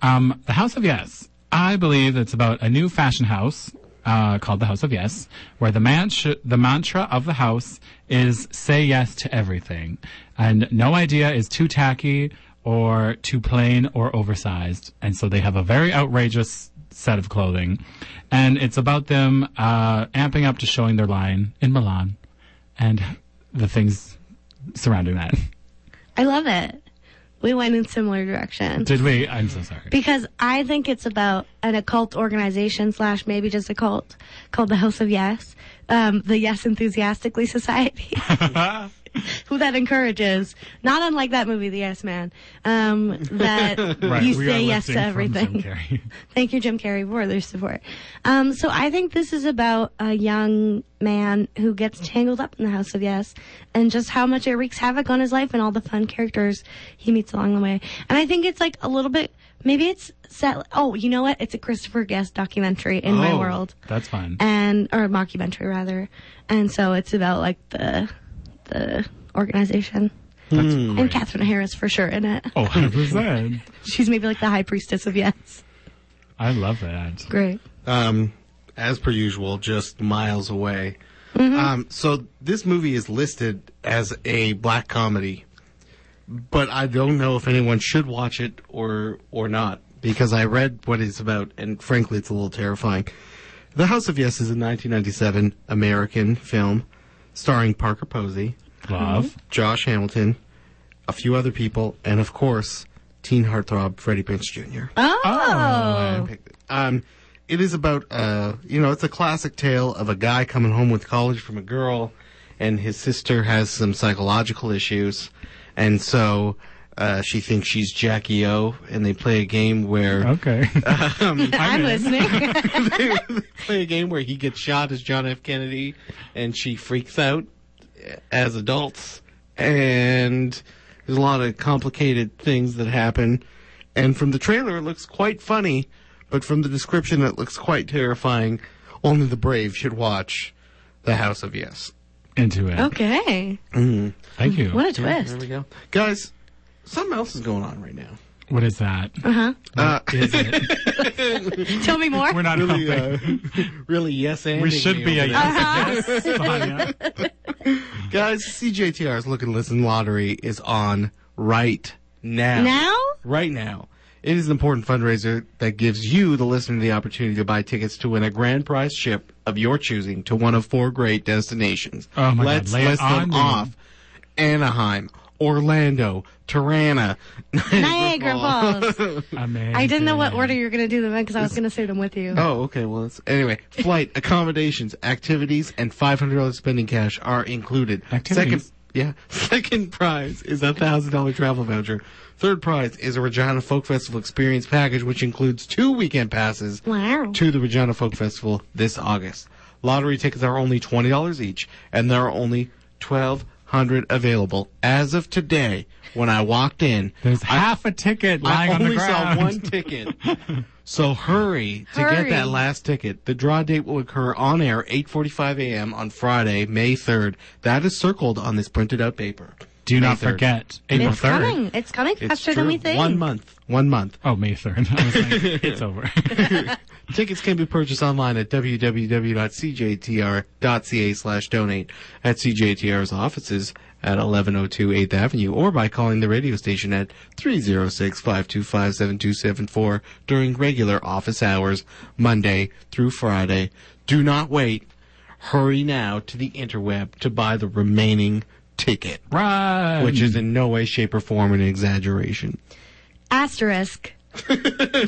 [SPEAKER 2] Um, the House of Yes. I believe it's about a new fashion house uh, called the House of Yes, where the man sh- the mantra of the house is "say yes to everything," and no idea is too tacky or too plain or oversized, and so they have a very outrageous set of clothing, and it's about them uh, amping up to showing their line in Milan, and the things
[SPEAKER 1] <laughs>
[SPEAKER 2] surrounding that.
[SPEAKER 1] I love it. We went in similar directions.
[SPEAKER 2] Did we? I'm so sorry.
[SPEAKER 1] Because I think it's about an occult organization slash maybe just a cult called the House of Yes, um, the Yes Enthusiastically Society, who that encourages, not unlike that movie, The Yes Man, um, that
[SPEAKER 2] <laughs> <laughs> Right,
[SPEAKER 1] you
[SPEAKER 2] we are
[SPEAKER 1] say yes to
[SPEAKER 2] lifting from
[SPEAKER 1] everything.
[SPEAKER 2] Jim Carrey.
[SPEAKER 1] <laughs> Thank you, Jim Carrey, for their support. Um, so I think this is about a young man who gets tangled up in the House of Yes and just how much it wreaks havoc on his life and all the fun characters he meets along the way. And I think it's like a little bit, maybe it's set, oh, you know what? It's a Christopher Guest documentary in my
[SPEAKER 2] Oh,
[SPEAKER 1] world
[SPEAKER 2] That's fun.
[SPEAKER 1] and, or mockumentary rather. And so it's about like the, the organization
[SPEAKER 2] That's
[SPEAKER 1] Hmm. and Catherine Harris for sure in it. <laughs>
[SPEAKER 2] Oh, 100%.
[SPEAKER 1] She's maybe like the high priestess of Yes.
[SPEAKER 2] I love that.
[SPEAKER 1] Great.
[SPEAKER 3] Um as per usual, just miles away. Um so this movie is listed as a black comedy. But I don't know if anyone should watch it or or not because I read what it's about and frankly it's a little terrifying. The House of Yes is a 1997 American film starring Parker Posey.
[SPEAKER 1] <laughs>
[SPEAKER 2] Love.
[SPEAKER 3] Josh Hamilton, a few other people, and of course, teen heartthrob Freddie Prince Jr.
[SPEAKER 1] Oh,
[SPEAKER 3] Um, it is about uh, you know, it's a classic tale of a guy coming home with college from a girl, and his sister has some psychological issues, and so Uh, she thinks she's Jackie O, and they play a game where
[SPEAKER 2] Oh. Okay. <laughs>
[SPEAKER 1] I'm listening.
[SPEAKER 3] <laughs> they play a game where he gets shot as John F. Kennedy, and she freaks out as adults. And there's a lot of complicated things that happen. And from the trailer, it looks quite funny, but from the description, it looks quite terrifying. Only the brave should watch The House of Yes.
[SPEAKER 2] Into it.
[SPEAKER 1] okay.
[SPEAKER 2] Thank you.
[SPEAKER 1] Oh. What a twist.
[SPEAKER 3] There we go. Guys, something else is going on right now. Uh,
[SPEAKER 2] what
[SPEAKER 1] <laughs>
[SPEAKER 2] is that? Uh-huh. is it?
[SPEAKER 1] Tell me more.
[SPEAKER 2] We're not
[SPEAKER 3] <laughs> Really,
[SPEAKER 2] helping. <laughs>
[SPEAKER 3] uh, really yes and
[SPEAKER 2] we should be a yes, yes,
[SPEAKER 1] Uh-huh.
[SPEAKER 2] Sonia.
[SPEAKER 3] Guys, CJTR's Look and Listen Lottery is on right now.
[SPEAKER 1] now?
[SPEAKER 3] Right now. It is an important fundraiser that gives you, the listener, the opportunity to buy tickets to win a grand prize ship of your choosing to one of four great destinations.
[SPEAKER 2] Oh my God,
[SPEAKER 3] Let's
[SPEAKER 2] lay it
[SPEAKER 3] list
[SPEAKER 2] on
[SPEAKER 3] them
[SPEAKER 2] me.
[SPEAKER 3] off. Anaheim, Orlando, Tirana, <laughs>
[SPEAKER 1] Niagara Falls.
[SPEAKER 2] Amazing.
[SPEAKER 1] <laughs> I didn't know what order you were going to do them in because I was going to say them with you.
[SPEAKER 3] Oh, okay. Well, it's, anyway, flight, accommodations, activities, and five hundred dollars spending cash are included. Second,
[SPEAKER 2] Activities.
[SPEAKER 3] yeah. <laughs> Second prize is a thousand dollar travel voucher. Third prize is a Regina Folk Festival experience package, which includes two weekend passes
[SPEAKER 1] Wow.
[SPEAKER 3] to the Regina Folk Festival this August. Lottery tickets are only twenty dollars each, and there are only twelve hundred available as of today. When I walked in,
[SPEAKER 2] There's half a ticket lying
[SPEAKER 3] I
[SPEAKER 2] on the
[SPEAKER 3] only
[SPEAKER 2] ground.
[SPEAKER 3] saw one ticket. <laughs> So hurry to
[SPEAKER 1] Hurry.
[SPEAKER 3] get that last ticket. The draw date will occur on air 8:45 a.m. on Friday, May 3rd. That is circled on this printed out paper.
[SPEAKER 2] Do not
[SPEAKER 3] May 3rd.
[SPEAKER 2] forget April
[SPEAKER 1] It's
[SPEAKER 2] 3rd.
[SPEAKER 1] coming. It's coming
[SPEAKER 3] It's
[SPEAKER 1] faster
[SPEAKER 3] true.
[SPEAKER 1] than we think.
[SPEAKER 3] One month. One month.
[SPEAKER 2] Oh, May 3rd. <laughs> I was
[SPEAKER 1] <laughs>
[SPEAKER 2] like, it's over.
[SPEAKER 3] Tickets can be purchased online at www.cjtr.ca slash donate at CJTR's offices at 1102 8th Avenue or by calling the radio station at 306-525-7274 during regular office hours, Monday through Friday. Do not wait. Hurry now to the interweb to buy the remaining ticket,
[SPEAKER 2] Run.
[SPEAKER 3] which is in no way, shape, or form an exaggeration.
[SPEAKER 1] Asterisk.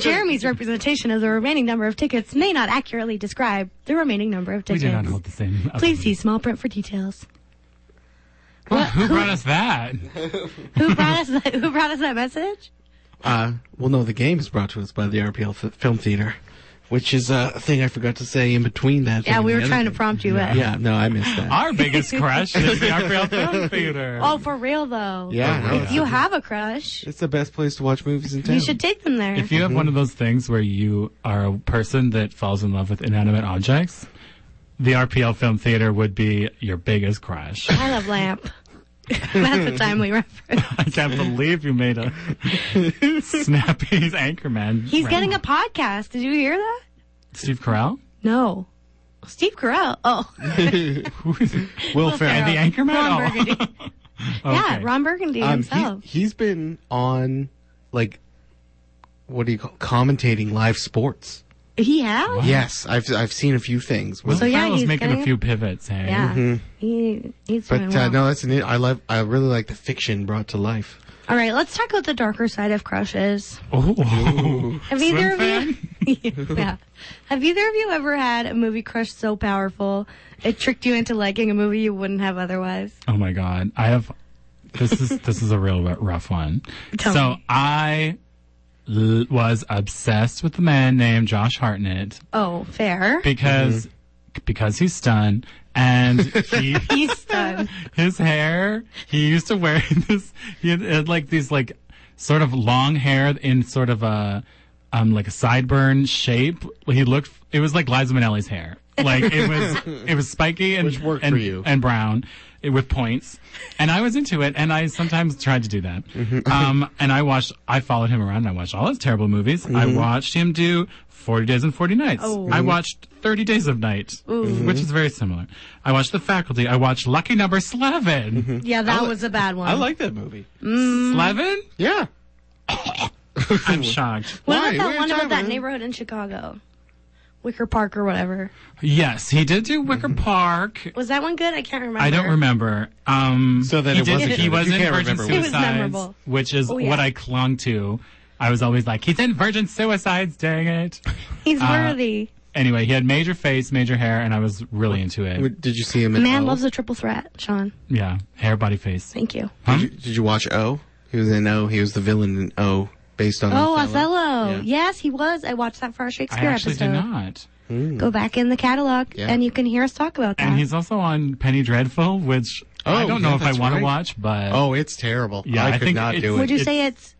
[SPEAKER 1] Jeremy's representation of the remaining number of tickets may not accurately describe the remaining number of
[SPEAKER 2] we
[SPEAKER 1] tickets.
[SPEAKER 2] do not hold the same.
[SPEAKER 1] Please see small print for details. <laughs>
[SPEAKER 2] Who brought us that?
[SPEAKER 1] Who brought us that, who brought us that message?
[SPEAKER 3] Uh, well, no, the game is brought to us by the RPL F- Film Theater, which is uh, a thing I forgot to say in between that.
[SPEAKER 1] Yeah,
[SPEAKER 3] thing
[SPEAKER 1] we
[SPEAKER 3] and
[SPEAKER 1] were
[SPEAKER 3] the
[SPEAKER 1] trying to
[SPEAKER 3] other thing.
[SPEAKER 1] prompt you. with.
[SPEAKER 3] Yeah, no, I missed that.
[SPEAKER 2] Our biggest crush is the
[SPEAKER 1] <laughs>
[SPEAKER 2] Arcade Film Theater.
[SPEAKER 1] Oh, for real though.
[SPEAKER 3] yeah, no,
[SPEAKER 1] If you have a crush,
[SPEAKER 3] it's the best place to watch movies in town.
[SPEAKER 1] you should take them there.
[SPEAKER 2] If you have one of those things where you are a person that falls in love with inanimate objects, the RPL Film Theater would be your biggest crush. <laughs>
[SPEAKER 1] I love
[SPEAKER 3] <laughs>
[SPEAKER 1] lamp. That's a timely reference.
[SPEAKER 2] I can't believe you made a snappy's anchorman.
[SPEAKER 1] He's
[SPEAKER 2] rant.
[SPEAKER 1] getting a podcast. Did you hear that?
[SPEAKER 2] Steve
[SPEAKER 1] <laughs>
[SPEAKER 2] Carell.
[SPEAKER 1] No. Steve Carell. Oh,
[SPEAKER 3] Will
[SPEAKER 2] And the
[SPEAKER 3] Ferrell.
[SPEAKER 2] anchorman.
[SPEAKER 1] Ron
[SPEAKER 2] Oh,
[SPEAKER 1] Burgundy. Yeah, Ron Burgundy
[SPEAKER 3] Um,
[SPEAKER 1] himself.
[SPEAKER 3] he, he's been on, like, what do you call commentating live sports?
[SPEAKER 1] He has?
[SPEAKER 3] Yes, I've I've seen a few things. With,
[SPEAKER 1] So, yeah,
[SPEAKER 2] Carell's
[SPEAKER 1] he's
[SPEAKER 2] making
[SPEAKER 1] getting
[SPEAKER 2] a few pivots. Hey.
[SPEAKER 1] Yeah. He, he's doing
[SPEAKER 3] Mm-hmm. but uh,
[SPEAKER 1] well.
[SPEAKER 3] no, that's an, I love I really like the fiction brought to life.
[SPEAKER 1] All right, let's talk about the darker side of crushes.
[SPEAKER 2] Oh.
[SPEAKER 1] Have
[SPEAKER 2] Swim
[SPEAKER 1] either
[SPEAKER 2] fan?
[SPEAKER 1] of you? <laughs> yeah. Have either of you ever had a movie crush so powerful it tricked you into liking a movie you wouldn't have otherwise?
[SPEAKER 2] Oh my god, I have. This
[SPEAKER 1] <laughs>
[SPEAKER 2] is this is a real r- rough one.
[SPEAKER 1] Tell
[SPEAKER 2] so
[SPEAKER 1] me.
[SPEAKER 2] I l- was obsessed with a man named Josh Hartnett
[SPEAKER 1] Oh, fair.
[SPEAKER 2] because
[SPEAKER 3] Mm-hmm.
[SPEAKER 2] because he's stunned
[SPEAKER 3] <laughs>
[SPEAKER 2] and he
[SPEAKER 1] He's done.
[SPEAKER 2] his hair he used to wear <laughs> this he had, had like these like sort of long hair in sort of a um like a sideburn shape he looked it was like liza minnelli's hair like it was
[SPEAKER 3] <laughs>
[SPEAKER 2] it was spiky and
[SPEAKER 3] Which worked
[SPEAKER 2] and,
[SPEAKER 3] for you.
[SPEAKER 2] and brown eh, with points and i was into it and i sometimes tried to do that um and i watched i followed him around and i watched all his terrible movies i watched him do 40 days and 40 nights
[SPEAKER 1] Oh.
[SPEAKER 2] i watched 30 days of night which is very similar i watched the faculty i watched lucky number 11
[SPEAKER 1] Yeah, that was a bad one.
[SPEAKER 3] I like that movie.
[SPEAKER 2] Slevin?
[SPEAKER 3] Yeah.
[SPEAKER 2] I'm shocked.
[SPEAKER 1] what about
[SPEAKER 3] Why? What are
[SPEAKER 1] that one
[SPEAKER 3] you talking
[SPEAKER 1] about that
[SPEAKER 3] about?
[SPEAKER 1] neighborhood in Chicago? Wicker Park or whatever.
[SPEAKER 2] Yes, he did do Wicker Park.
[SPEAKER 1] Was that one good? I can't remember.
[SPEAKER 2] I don't remember. Um,
[SPEAKER 3] So then
[SPEAKER 2] he
[SPEAKER 3] it
[SPEAKER 2] did-
[SPEAKER 3] wasn't
[SPEAKER 2] He
[SPEAKER 3] good.
[SPEAKER 2] was
[SPEAKER 3] You
[SPEAKER 2] in
[SPEAKER 3] can't
[SPEAKER 2] Virgin
[SPEAKER 3] remember.
[SPEAKER 1] It was
[SPEAKER 2] Suicides,
[SPEAKER 1] memorable.
[SPEAKER 2] which is
[SPEAKER 1] Oh, yeah.
[SPEAKER 2] what I clung to. I was always like, he's in Virgin Suicides, dang it.
[SPEAKER 1] He's worthy.
[SPEAKER 2] Anyway, he had major face, major hair, and I was really into it.
[SPEAKER 3] Wait, Did you see him? In
[SPEAKER 1] Man
[SPEAKER 3] O?
[SPEAKER 1] loves a triple threat, Sean.
[SPEAKER 2] Yeah, hair, body, face.
[SPEAKER 1] Thank you.
[SPEAKER 3] Did you, did you watch O? He was in O. He was the villain in O, based on.
[SPEAKER 1] Oh,
[SPEAKER 3] Othello.
[SPEAKER 1] Othello.
[SPEAKER 3] Yeah.
[SPEAKER 1] Yes, he was. I watched that for our
[SPEAKER 2] I
[SPEAKER 1] Shakespeare
[SPEAKER 2] actually
[SPEAKER 1] episode.
[SPEAKER 2] did not.
[SPEAKER 1] Go back in the catalog
[SPEAKER 3] Yeah.
[SPEAKER 1] and you can hear us talk about that.
[SPEAKER 2] And he's also on Penny Dreadful, which I
[SPEAKER 3] Oh,
[SPEAKER 2] don't
[SPEAKER 3] yeah,
[SPEAKER 2] know if I
[SPEAKER 3] that's
[SPEAKER 2] want to
[SPEAKER 3] right.
[SPEAKER 2] watch, but
[SPEAKER 3] Oh, it's terrible.
[SPEAKER 2] Yeah,
[SPEAKER 3] I
[SPEAKER 2] I
[SPEAKER 3] could
[SPEAKER 2] think
[SPEAKER 3] not
[SPEAKER 2] it's-
[SPEAKER 3] do it.
[SPEAKER 1] Would you
[SPEAKER 2] it-
[SPEAKER 1] say it's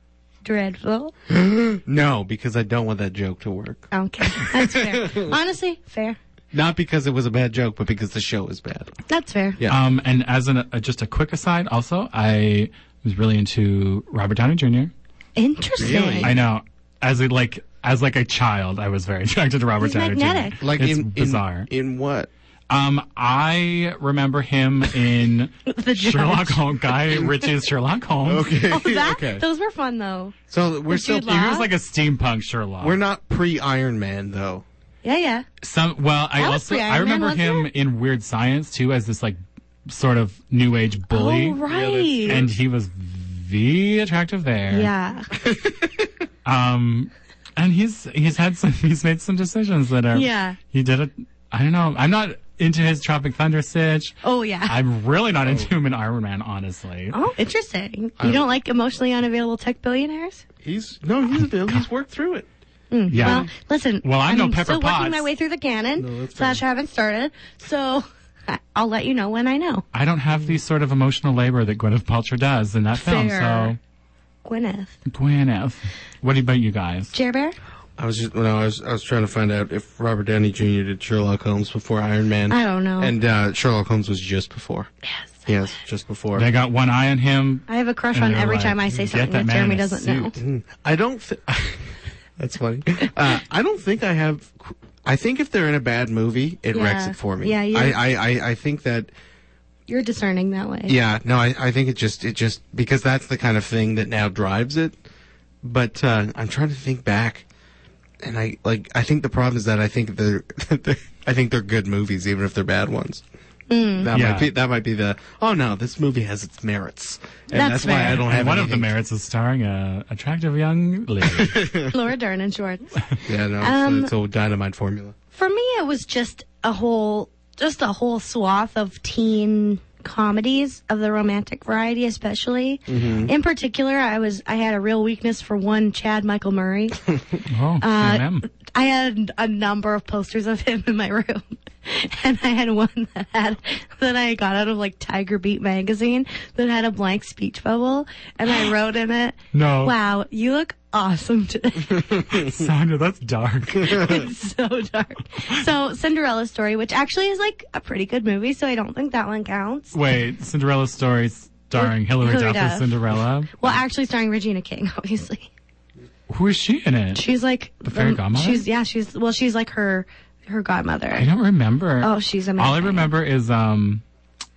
[SPEAKER 1] dreadful?
[SPEAKER 3] No, because I don't want that joke to work.
[SPEAKER 1] Okay, that's
[SPEAKER 2] <laughs>
[SPEAKER 1] fair. Honestly, fair.
[SPEAKER 3] Not because it was a bad joke, but because the show is bad.
[SPEAKER 1] That's fair.
[SPEAKER 3] Yeah.
[SPEAKER 2] Um, and as an, uh, just a quick aside, also, I was really into Robert Downey Jr.
[SPEAKER 1] Interesting.
[SPEAKER 3] Really?
[SPEAKER 2] I know, as a, like as like a child, I was very <laughs> attracted to Robert
[SPEAKER 1] He's
[SPEAKER 2] Downey
[SPEAKER 1] magnetic.
[SPEAKER 2] Jr.
[SPEAKER 3] Like
[SPEAKER 2] it's
[SPEAKER 3] in, in-
[SPEAKER 2] bizarre.
[SPEAKER 3] In, what?
[SPEAKER 2] um, I remember him in
[SPEAKER 1] <laughs> The judge.
[SPEAKER 2] Sherlock Holmes, Guy Ritchie's Sherlock Holmes.
[SPEAKER 3] Okay.
[SPEAKER 1] Oh,
[SPEAKER 2] <laughs>
[SPEAKER 1] that,
[SPEAKER 3] okay.
[SPEAKER 1] Those were fun though.
[SPEAKER 3] So we're still
[SPEAKER 1] Jude Law?
[SPEAKER 2] He was like a steampunk Sherlock.
[SPEAKER 3] we're not pre Iron Man though.
[SPEAKER 1] Yeah, yeah.
[SPEAKER 2] Some well, I
[SPEAKER 1] That was
[SPEAKER 2] also
[SPEAKER 1] pre-Iron
[SPEAKER 2] I
[SPEAKER 1] Man,
[SPEAKER 2] remember
[SPEAKER 1] wasn't
[SPEAKER 2] him in Weird Science too as this like sort of new age bully,
[SPEAKER 1] Oh, right.
[SPEAKER 2] and he was v attractive there.
[SPEAKER 1] yeah.
[SPEAKER 2] Um, and he's he's had some <laughs> he's made some decisions that are
[SPEAKER 1] Yeah.
[SPEAKER 2] He did it. I don't know. I'm not into his Tropic Thunder sitch.
[SPEAKER 1] Oh, yeah.
[SPEAKER 2] I'm really not into
[SPEAKER 3] Oh.
[SPEAKER 2] him in Iron Man, honestly.
[SPEAKER 1] oh, interesting. You don't like emotionally unavailable tech billionaires?
[SPEAKER 3] He's no, he's Bill. He's worked through it.
[SPEAKER 2] yeah.
[SPEAKER 1] Well, listen.
[SPEAKER 2] Well, I know
[SPEAKER 1] I'm
[SPEAKER 2] Pepper
[SPEAKER 1] still working
[SPEAKER 2] Potts.
[SPEAKER 1] my way through the canon.
[SPEAKER 3] that's
[SPEAKER 1] slash, I haven't started, so <laughs> I- I'll let you know when I know.
[SPEAKER 2] I don't have the sort of emotional labor that Gwyneth Paltrow does in that film.
[SPEAKER 1] Fair.
[SPEAKER 2] So
[SPEAKER 1] Gwyneth,
[SPEAKER 2] Gwyneth, what about you guys?
[SPEAKER 1] Jer Bear.
[SPEAKER 3] I was just no, I was I was trying to find out if Robert Downey Jr. did Sherlock Holmes before Iron Man.
[SPEAKER 1] I don't know.
[SPEAKER 3] And uh, Sherlock Holmes was just before.
[SPEAKER 1] Yes.
[SPEAKER 3] Yes, just before.
[SPEAKER 2] They got one eye on him.
[SPEAKER 1] I have a crush
[SPEAKER 2] And
[SPEAKER 1] on
[SPEAKER 2] they're
[SPEAKER 1] every
[SPEAKER 2] like,
[SPEAKER 1] time I say
[SPEAKER 2] "Get
[SPEAKER 1] something that,
[SPEAKER 2] that man
[SPEAKER 1] Jeremy
[SPEAKER 2] in a
[SPEAKER 1] doesn't know.
[SPEAKER 2] suit."
[SPEAKER 3] I don't. Th- <laughs> that's funny. Uh, I don't think I have. I think if they're in a bad movie, it
[SPEAKER 1] Yeah.
[SPEAKER 3] wrecks it for me.
[SPEAKER 1] Yeah, you-
[SPEAKER 3] I, I, I, I think that.
[SPEAKER 1] You're discerning that way.
[SPEAKER 3] Yeah, no, I, I think it just, it just because that's the kind of thing that now drives it. But uh, I'm trying to think back, and I like. I think the problem is that I think they're, <laughs> I think they're good movies, even if they're bad ones.
[SPEAKER 1] Mm.
[SPEAKER 3] That
[SPEAKER 2] Yeah.
[SPEAKER 3] might be that might be the oh no this movie has its merits and
[SPEAKER 1] That's
[SPEAKER 3] that's, why
[SPEAKER 1] fair.
[SPEAKER 3] I don't have
[SPEAKER 2] And one of the
[SPEAKER 3] anything-
[SPEAKER 2] merits is starring a attractive young
[SPEAKER 3] <laughs>
[SPEAKER 2] lady.
[SPEAKER 1] Laura Dern in shorts.
[SPEAKER 3] yeah no
[SPEAKER 1] Um,
[SPEAKER 3] it's, it's a dynamite formula
[SPEAKER 1] For me, it was just a whole, just a whole swath of teen comedies of the romantic variety, especially. In particular, I was, I had a real weakness for one Chad Michael Murray.
[SPEAKER 2] oh,
[SPEAKER 1] Uh, <laughs>
[SPEAKER 2] M&M.
[SPEAKER 1] I had a number of posters of him in my room. <laughs> And I had one that had, that I got out of like Tiger Beat magazine that had a blank speech bubble and I wrote in it,
[SPEAKER 2] No.
[SPEAKER 1] wow, you look awesome today.
[SPEAKER 2] Sandra, that's dark.
[SPEAKER 1] <laughs>
[SPEAKER 3] <laughs>
[SPEAKER 1] it's so dark. So Cinderella Story, which actually is like a pretty good movie, so I don't think that one counts.
[SPEAKER 2] Wait, Cinderella story starring Hilary
[SPEAKER 1] Hilary
[SPEAKER 2] Duff
[SPEAKER 1] Duff.
[SPEAKER 2] as Cinderella.
[SPEAKER 1] Well, actually starring Regina King, <laughs> obviously.
[SPEAKER 2] Who is she in it?
[SPEAKER 1] She's like the
[SPEAKER 2] fairy godmother?
[SPEAKER 1] She's yeah, she's well, she's like her her
[SPEAKER 2] I
[SPEAKER 1] godmother.
[SPEAKER 2] don't remember.
[SPEAKER 1] Oh, she's amazing.
[SPEAKER 2] All I remember is um,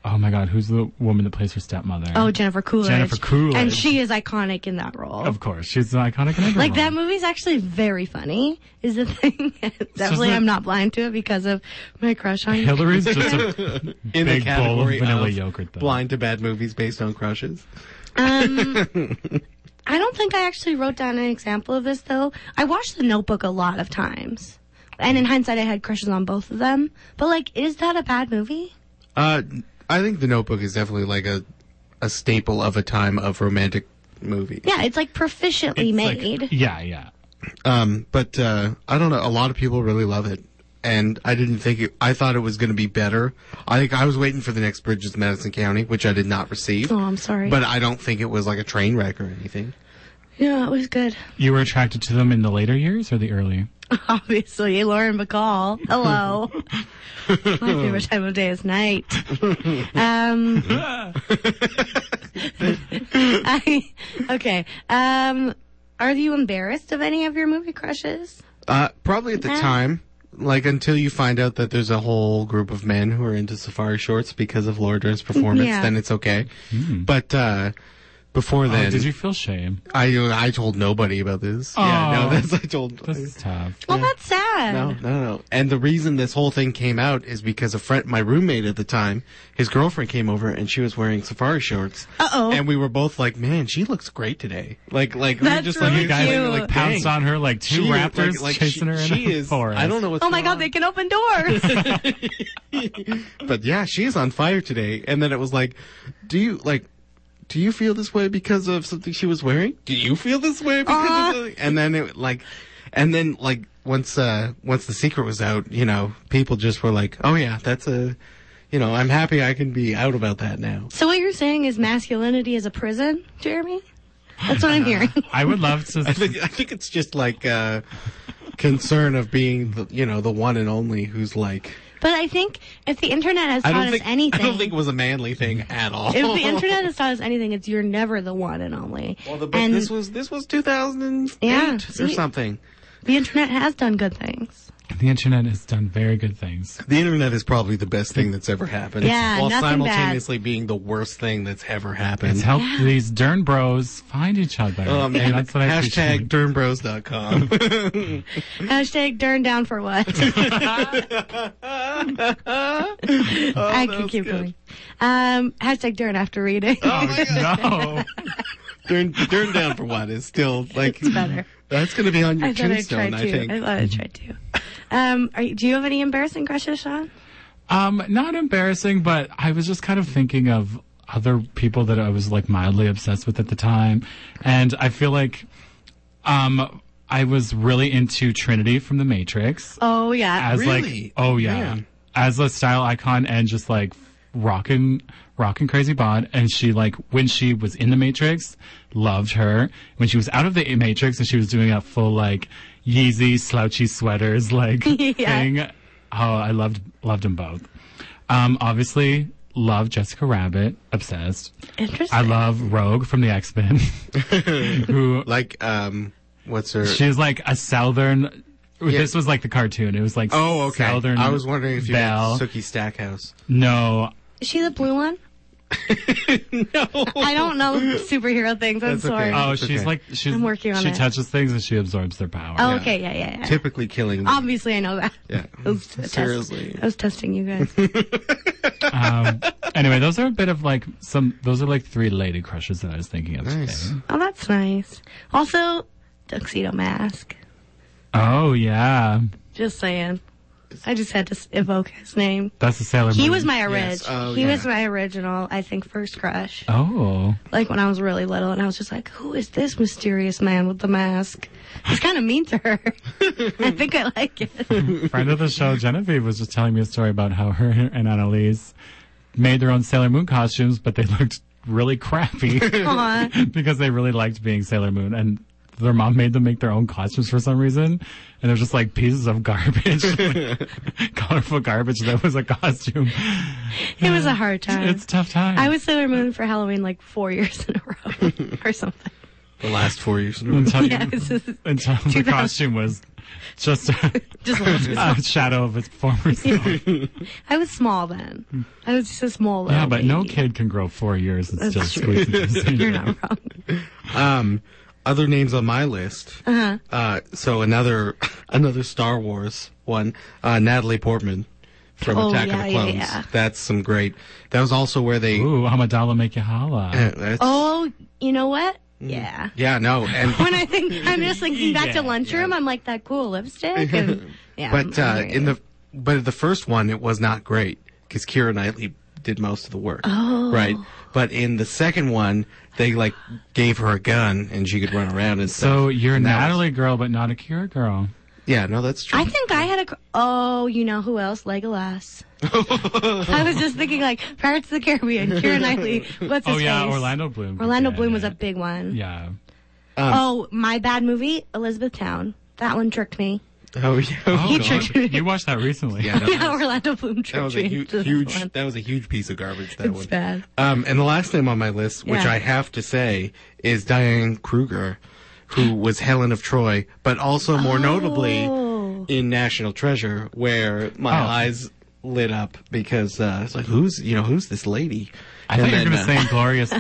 [SPEAKER 2] oh my god, who's the woman that plays her stepmother?
[SPEAKER 1] Oh, Jennifer Coolidge.
[SPEAKER 2] Jennifer Coolidge.
[SPEAKER 1] And she is iconic in that role.
[SPEAKER 2] of course, she's an iconic. in every
[SPEAKER 1] like that
[SPEAKER 2] role.
[SPEAKER 1] movie's actually very funny. Is the <laughs> thing. Definitely,
[SPEAKER 2] like-
[SPEAKER 1] I'm not blind to it because of my crush
[SPEAKER 2] <laughs>
[SPEAKER 1] on
[SPEAKER 2] Hillary's just
[SPEAKER 1] <laughs>
[SPEAKER 2] a
[SPEAKER 3] <laughs> in
[SPEAKER 2] big bowl of
[SPEAKER 3] the category
[SPEAKER 2] vanilla
[SPEAKER 3] of
[SPEAKER 2] yogurt. Though.
[SPEAKER 3] blind to bad movies based on crushes.
[SPEAKER 1] Um, <laughs> I don't think I actually wrote down an example of this though. I watched The Notebook a lot of times, and in hindsight, I had crushes on both of them. But like, is that a bad movie?
[SPEAKER 3] Uh, I think The Notebook is definitely like a a staple of a time of romantic movie.
[SPEAKER 1] Yeah, it's like proficiently
[SPEAKER 2] It's like-
[SPEAKER 1] made.
[SPEAKER 2] yeah, yeah.
[SPEAKER 3] Um, but uh, I don't know. A lot of people really love it, and I didn't think it. I thought it was going to be better. I think I was waiting for the next Bridges to Madison County, which I did not receive.
[SPEAKER 1] oh, I'm sorry.
[SPEAKER 3] But I don't think it was like a train wreck or anything.
[SPEAKER 1] yeah, it was good. <laughs>
[SPEAKER 2] You were attracted to them in the later years or the
[SPEAKER 3] <laughs>
[SPEAKER 2] early?
[SPEAKER 1] Obviously, Lauren Bacall. Hello. My favorite time of day is night. Um, I, okay. Um, are you embarrassed of any of your movie crushes?
[SPEAKER 3] Uh, probably at the
[SPEAKER 1] Nah.
[SPEAKER 3] time, like until you find out that there's a whole group of men who are into safari shorts because of Laura Dern's performance,
[SPEAKER 1] Yeah.
[SPEAKER 3] then it's okay. But uh, before then,
[SPEAKER 2] Hmm. Oh, did you feel shame?
[SPEAKER 3] I I told nobody about this.
[SPEAKER 2] Aw.
[SPEAKER 3] Yeah, no, that's I told.
[SPEAKER 2] This is tough.
[SPEAKER 1] Well, that's sad.
[SPEAKER 3] No, no, no. And the reason this whole thing came out is because a friend, my roommate at the time, his girlfriend came over and she was wearing safari shorts.
[SPEAKER 1] Uh-oh.
[SPEAKER 3] And we were both like, "Man, she looks great today." Like, like we
[SPEAKER 1] That's
[SPEAKER 3] were just
[SPEAKER 1] really
[SPEAKER 3] like
[SPEAKER 2] You guys
[SPEAKER 1] cute.
[SPEAKER 2] like pounced
[SPEAKER 3] "Dang."
[SPEAKER 2] on her like two
[SPEAKER 3] She- like-
[SPEAKER 2] raptors
[SPEAKER 3] like,
[SPEAKER 2] chasing her in
[SPEAKER 3] she, she
[SPEAKER 2] a
[SPEAKER 3] is,
[SPEAKER 2] forest.
[SPEAKER 3] I don't know what's
[SPEAKER 1] Oh my
[SPEAKER 3] going
[SPEAKER 1] god,
[SPEAKER 3] on.
[SPEAKER 1] they can open doors.
[SPEAKER 3] but yeah, she's on fire today. And then it was like, do you like?
[SPEAKER 4] do you feel this way because of something she was wearing?
[SPEAKER 3] Do you feel this way because
[SPEAKER 1] Aw.
[SPEAKER 3] of the
[SPEAKER 4] And then it like,
[SPEAKER 3] And then like once uh once the secret was out, you know, people just were like, "Oh yeah, that's a you know, I'm happy I can be out about that now."
[SPEAKER 1] So what you're saying is masculinity is a prison, Jeremy? That's what I'm
[SPEAKER 3] <laughs>
[SPEAKER 1] hearing. <laughs>
[SPEAKER 2] I would love to.
[SPEAKER 3] I think I think it's just like uh concern of being the, you know, the one and only who's like
[SPEAKER 1] but I think if the internet has
[SPEAKER 3] I
[SPEAKER 1] taught
[SPEAKER 3] don't
[SPEAKER 1] us
[SPEAKER 3] think
[SPEAKER 1] anything,
[SPEAKER 3] I don't think it was a manly thing at all.
[SPEAKER 1] if
[SPEAKER 3] <laughs>
[SPEAKER 1] the internet has taught us anything, it's you're never the one and only.
[SPEAKER 4] well, the,
[SPEAKER 1] and
[SPEAKER 4] this was this was 2008
[SPEAKER 1] Yeah,
[SPEAKER 4] or
[SPEAKER 1] see?
[SPEAKER 4] something.
[SPEAKER 1] the internet has done good
[SPEAKER 4] <laughs>
[SPEAKER 1] things.
[SPEAKER 2] the internet has done very good things.
[SPEAKER 3] The internet is probably the best thing that's ever happened.
[SPEAKER 1] Yeah,
[SPEAKER 3] while
[SPEAKER 1] nothing bad.
[SPEAKER 3] simultaneously being the worst thing that's ever happened.
[SPEAKER 2] It's helped these Dern bros find each other.
[SPEAKER 3] Oh,
[SPEAKER 2] And
[SPEAKER 3] man.
[SPEAKER 2] that's what I
[SPEAKER 3] Hashtag
[SPEAKER 4] <laughs>
[SPEAKER 2] appreciate.
[SPEAKER 3] dernbros.com.
[SPEAKER 1] Hashtag darn down for what? <laughs>
[SPEAKER 4] Oh,
[SPEAKER 1] I could keep going. Um, hashtag darn after reading.
[SPEAKER 4] Oh,
[SPEAKER 2] No.
[SPEAKER 3] Dern, Dern down for what is still
[SPEAKER 1] <laughs>
[SPEAKER 3] like
[SPEAKER 1] it's better.
[SPEAKER 3] that's going to be on your
[SPEAKER 1] I thought I'd try
[SPEAKER 3] tombstone, I
[SPEAKER 1] to.
[SPEAKER 3] think.
[SPEAKER 1] I thought I'd try to. Um, are you, do you have any embarrassing crushes, Sean?
[SPEAKER 2] Um, not embarrassing, but I was just kind of thinking of other people that I was like mildly obsessed with at the time, and I feel like, um, I was really into Trinity from The Matrix
[SPEAKER 1] Oh yeah.
[SPEAKER 2] as like,
[SPEAKER 3] Really?
[SPEAKER 2] oh yeah,
[SPEAKER 3] Man.
[SPEAKER 2] as a style icon and just like rocking, rocking crazy bod. And she like when she was in The Matrix, loved her. When she was out of The Matrix and she was doing that full like Yeezy slouchy sweaters
[SPEAKER 3] <laughs>
[SPEAKER 2] like
[SPEAKER 1] Yeah.
[SPEAKER 2] thing. Oh, I loved loved them both. Um, obviously love Jessica Rabbit, obsessed.
[SPEAKER 1] Interesting.
[SPEAKER 2] I love Rogue from the X
[SPEAKER 3] <laughs>
[SPEAKER 2] Men, who
[SPEAKER 3] Like um what's her
[SPEAKER 2] she was like a southern. This was like the cartoon. It was like
[SPEAKER 3] Oh, okay.
[SPEAKER 2] Southern
[SPEAKER 3] I was wondering if you meant
[SPEAKER 2] Belle.
[SPEAKER 4] <laughs>
[SPEAKER 3] Sookie Stackhouse.
[SPEAKER 2] No,
[SPEAKER 1] Is she the blue one? no. I don't
[SPEAKER 3] <laughs>
[SPEAKER 1] know superhero things. I'm
[SPEAKER 3] That's okay. Uh,
[SPEAKER 1] sorry.
[SPEAKER 2] oh,
[SPEAKER 3] It's
[SPEAKER 2] she's
[SPEAKER 3] okay.
[SPEAKER 2] like she's.
[SPEAKER 1] I'm working on
[SPEAKER 2] She
[SPEAKER 1] it.
[SPEAKER 2] touches things and she absorbs their power.
[SPEAKER 1] Oh,
[SPEAKER 3] yeah.
[SPEAKER 1] okay. Yeah, yeah, yeah.
[SPEAKER 3] Typically killing them.
[SPEAKER 1] Obviously, I know that.
[SPEAKER 3] yeah.
[SPEAKER 1] <laughs> I was Um, test-
[SPEAKER 3] Seriously.
[SPEAKER 1] I was testing you
[SPEAKER 3] <laughs>
[SPEAKER 1] guys. <laughs>
[SPEAKER 2] Um, anyway, those are a bit of like some. Those are like three lady crushes that I was thinking of
[SPEAKER 4] Nice.
[SPEAKER 2] today.
[SPEAKER 1] oh, that's nice. Also, tuxedo mask.
[SPEAKER 2] Oh yeah,
[SPEAKER 1] Just saying. I just had to s- evoke his name.
[SPEAKER 2] that's the Sailor Moon.
[SPEAKER 1] He was my original.
[SPEAKER 3] Yes. Oh,
[SPEAKER 1] he
[SPEAKER 3] yeah.
[SPEAKER 1] was my original, I think, first crush.
[SPEAKER 2] Oh,
[SPEAKER 1] Like when I was really little, and I was just like, "Who is this mysterious man with the mask?" He's kind of mean to her. <laughs> I think I like
[SPEAKER 3] <laughs>
[SPEAKER 1] it.
[SPEAKER 2] friend of the show Genevieve was just telling me a story about how her and Annalise made their own Sailor Moon costumes, but they looked really <laughs> crappy
[SPEAKER 1] Aw.
[SPEAKER 2] because they really liked being Sailor Moon and. Their mom made them make their own costumes for some reason, and they're just like pieces of garbage, <laughs> colorful garbage that was a costume.
[SPEAKER 1] It was a hard time.
[SPEAKER 2] It's a tough time.
[SPEAKER 1] Uh, I was Sailor Moon for Halloween like four <laughs> years in a row or something.
[SPEAKER 3] The last four
[SPEAKER 2] <laughs>
[SPEAKER 3] years.
[SPEAKER 1] <laughs>
[SPEAKER 2] until, you-
[SPEAKER 1] Yeah, it's just,
[SPEAKER 2] until the
[SPEAKER 1] 2000.
[SPEAKER 2] costume was
[SPEAKER 1] <laughs>
[SPEAKER 2] just a,
[SPEAKER 1] just little-
[SPEAKER 2] a shadow of its
[SPEAKER 1] <laughs>
[SPEAKER 2] former self.
[SPEAKER 1] I was small then. I was just a small little
[SPEAKER 2] Yeah, but no
[SPEAKER 1] baby.
[SPEAKER 2] kid can grow four years and
[SPEAKER 1] That's
[SPEAKER 2] still
[SPEAKER 1] true.
[SPEAKER 2] squeeze into the same
[SPEAKER 1] <laughs> You're not wrong.
[SPEAKER 3] Um, other names on my list. Uh-huh. so another <laughs> another Star Wars one. Uh, Natalie Portman from
[SPEAKER 1] Oh,
[SPEAKER 3] Attack
[SPEAKER 1] yeah,
[SPEAKER 3] of the
[SPEAKER 1] yeah,
[SPEAKER 3] Clones.
[SPEAKER 1] yeah.
[SPEAKER 3] That's some great. That was also where
[SPEAKER 2] <laughs>
[SPEAKER 3] they.
[SPEAKER 2] Ooh, Amidala make you holla.
[SPEAKER 3] Uh, <laughs> that's-
[SPEAKER 1] Oh, you know what?
[SPEAKER 3] Mm.
[SPEAKER 1] Yeah.
[SPEAKER 3] Yeah, no, and
[SPEAKER 1] When I think I'm just thinking back to
[SPEAKER 2] Yeah,
[SPEAKER 1] lunchroom, I'm like that cool
[SPEAKER 3] <laughs>
[SPEAKER 1] lipstick. And, yeah,
[SPEAKER 3] but
[SPEAKER 1] I'm
[SPEAKER 3] uh,
[SPEAKER 1] hungry.
[SPEAKER 3] in the but the first one it was not great because Kira Knightley did most of the work.
[SPEAKER 1] Oh.
[SPEAKER 3] Right. But in the second one, they like gave her a gun and she could run around and stuff.
[SPEAKER 2] So you're a
[SPEAKER 3] And that was-
[SPEAKER 2] Natalie girl, but not a Kira girl.
[SPEAKER 3] Yeah, no, that's true.
[SPEAKER 1] I think I had a. cr- Oh, you know who else? Legolas. I was just thinking like Pirates of the Caribbean, Kira
[SPEAKER 2] <laughs>
[SPEAKER 1] Knightley. What's his
[SPEAKER 2] Oh yeah,
[SPEAKER 1] face?
[SPEAKER 2] Orlando Bloom.
[SPEAKER 1] Orlando
[SPEAKER 2] Yeah,
[SPEAKER 1] Bloom was
[SPEAKER 2] yeah.
[SPEAKER 1] a big one.
[SPEAKER 2] Yeah.
[SPEAKER 3] Um,
[SPEAKER 1] Oh, my bad movie, Elizabethtown. That one tricked me.
[SPEAKER 3] <laughs>
[SPEAKER 1] <laughs>
[SPEAKER 3] oh yeah.
[SPEAKER 2] Oh,
[SPEAKER 1] tricked
[SPEAKER 2] God.
[SPEAKER 1] me.
[SPEAKER 2] you watched that recently.
[SPEAKER 3] <laughs>
[SPEAKER 1] <laughs>
[SPEAKER 3] Yeah, no,
[SPEAKER 1] Yeah, Orlando Bloom tricked
[SPEAKER 3] That was a
[SPEAKER 1] me. <laughs>
[SPEAKER 3] hu-
[SPEAKER 1] into that
[SPEAKER 3] huge.
[SPEAKER 1] one.
[SPEAKER 3] That was a huge piece of garbage. That
[SPEAKER 1] It's
[SPEAKER 3] one.
[SPEAKER 1] bad.
[SPEAKER 3] Um, and the last name on my list, which
[SPEAKER 1] Yeah.
[SPEAKER 3] I have to say, is Diane Kruger,
[SPEAKER 1] <gasps>
[SPEAKER 3] who was Helen of Troy, but also more notably
[SPEAKER 1] Oh.
[SPEAKER 3] in National Treasure, where my
[SPEAKER 2] Oh.
[SPEAKER 3] eyes lit up because uh, it's like, who's you know who's this lady?
[SPEAKER 2] I thought you were
[SPEAKER 3] then,
[SPEAKER 2] gonna
[SPEAKER 3] uh,
[SPEAKER 2] say
[SPEAKER 1] <laughs>
[SPEAKER 2] Glorious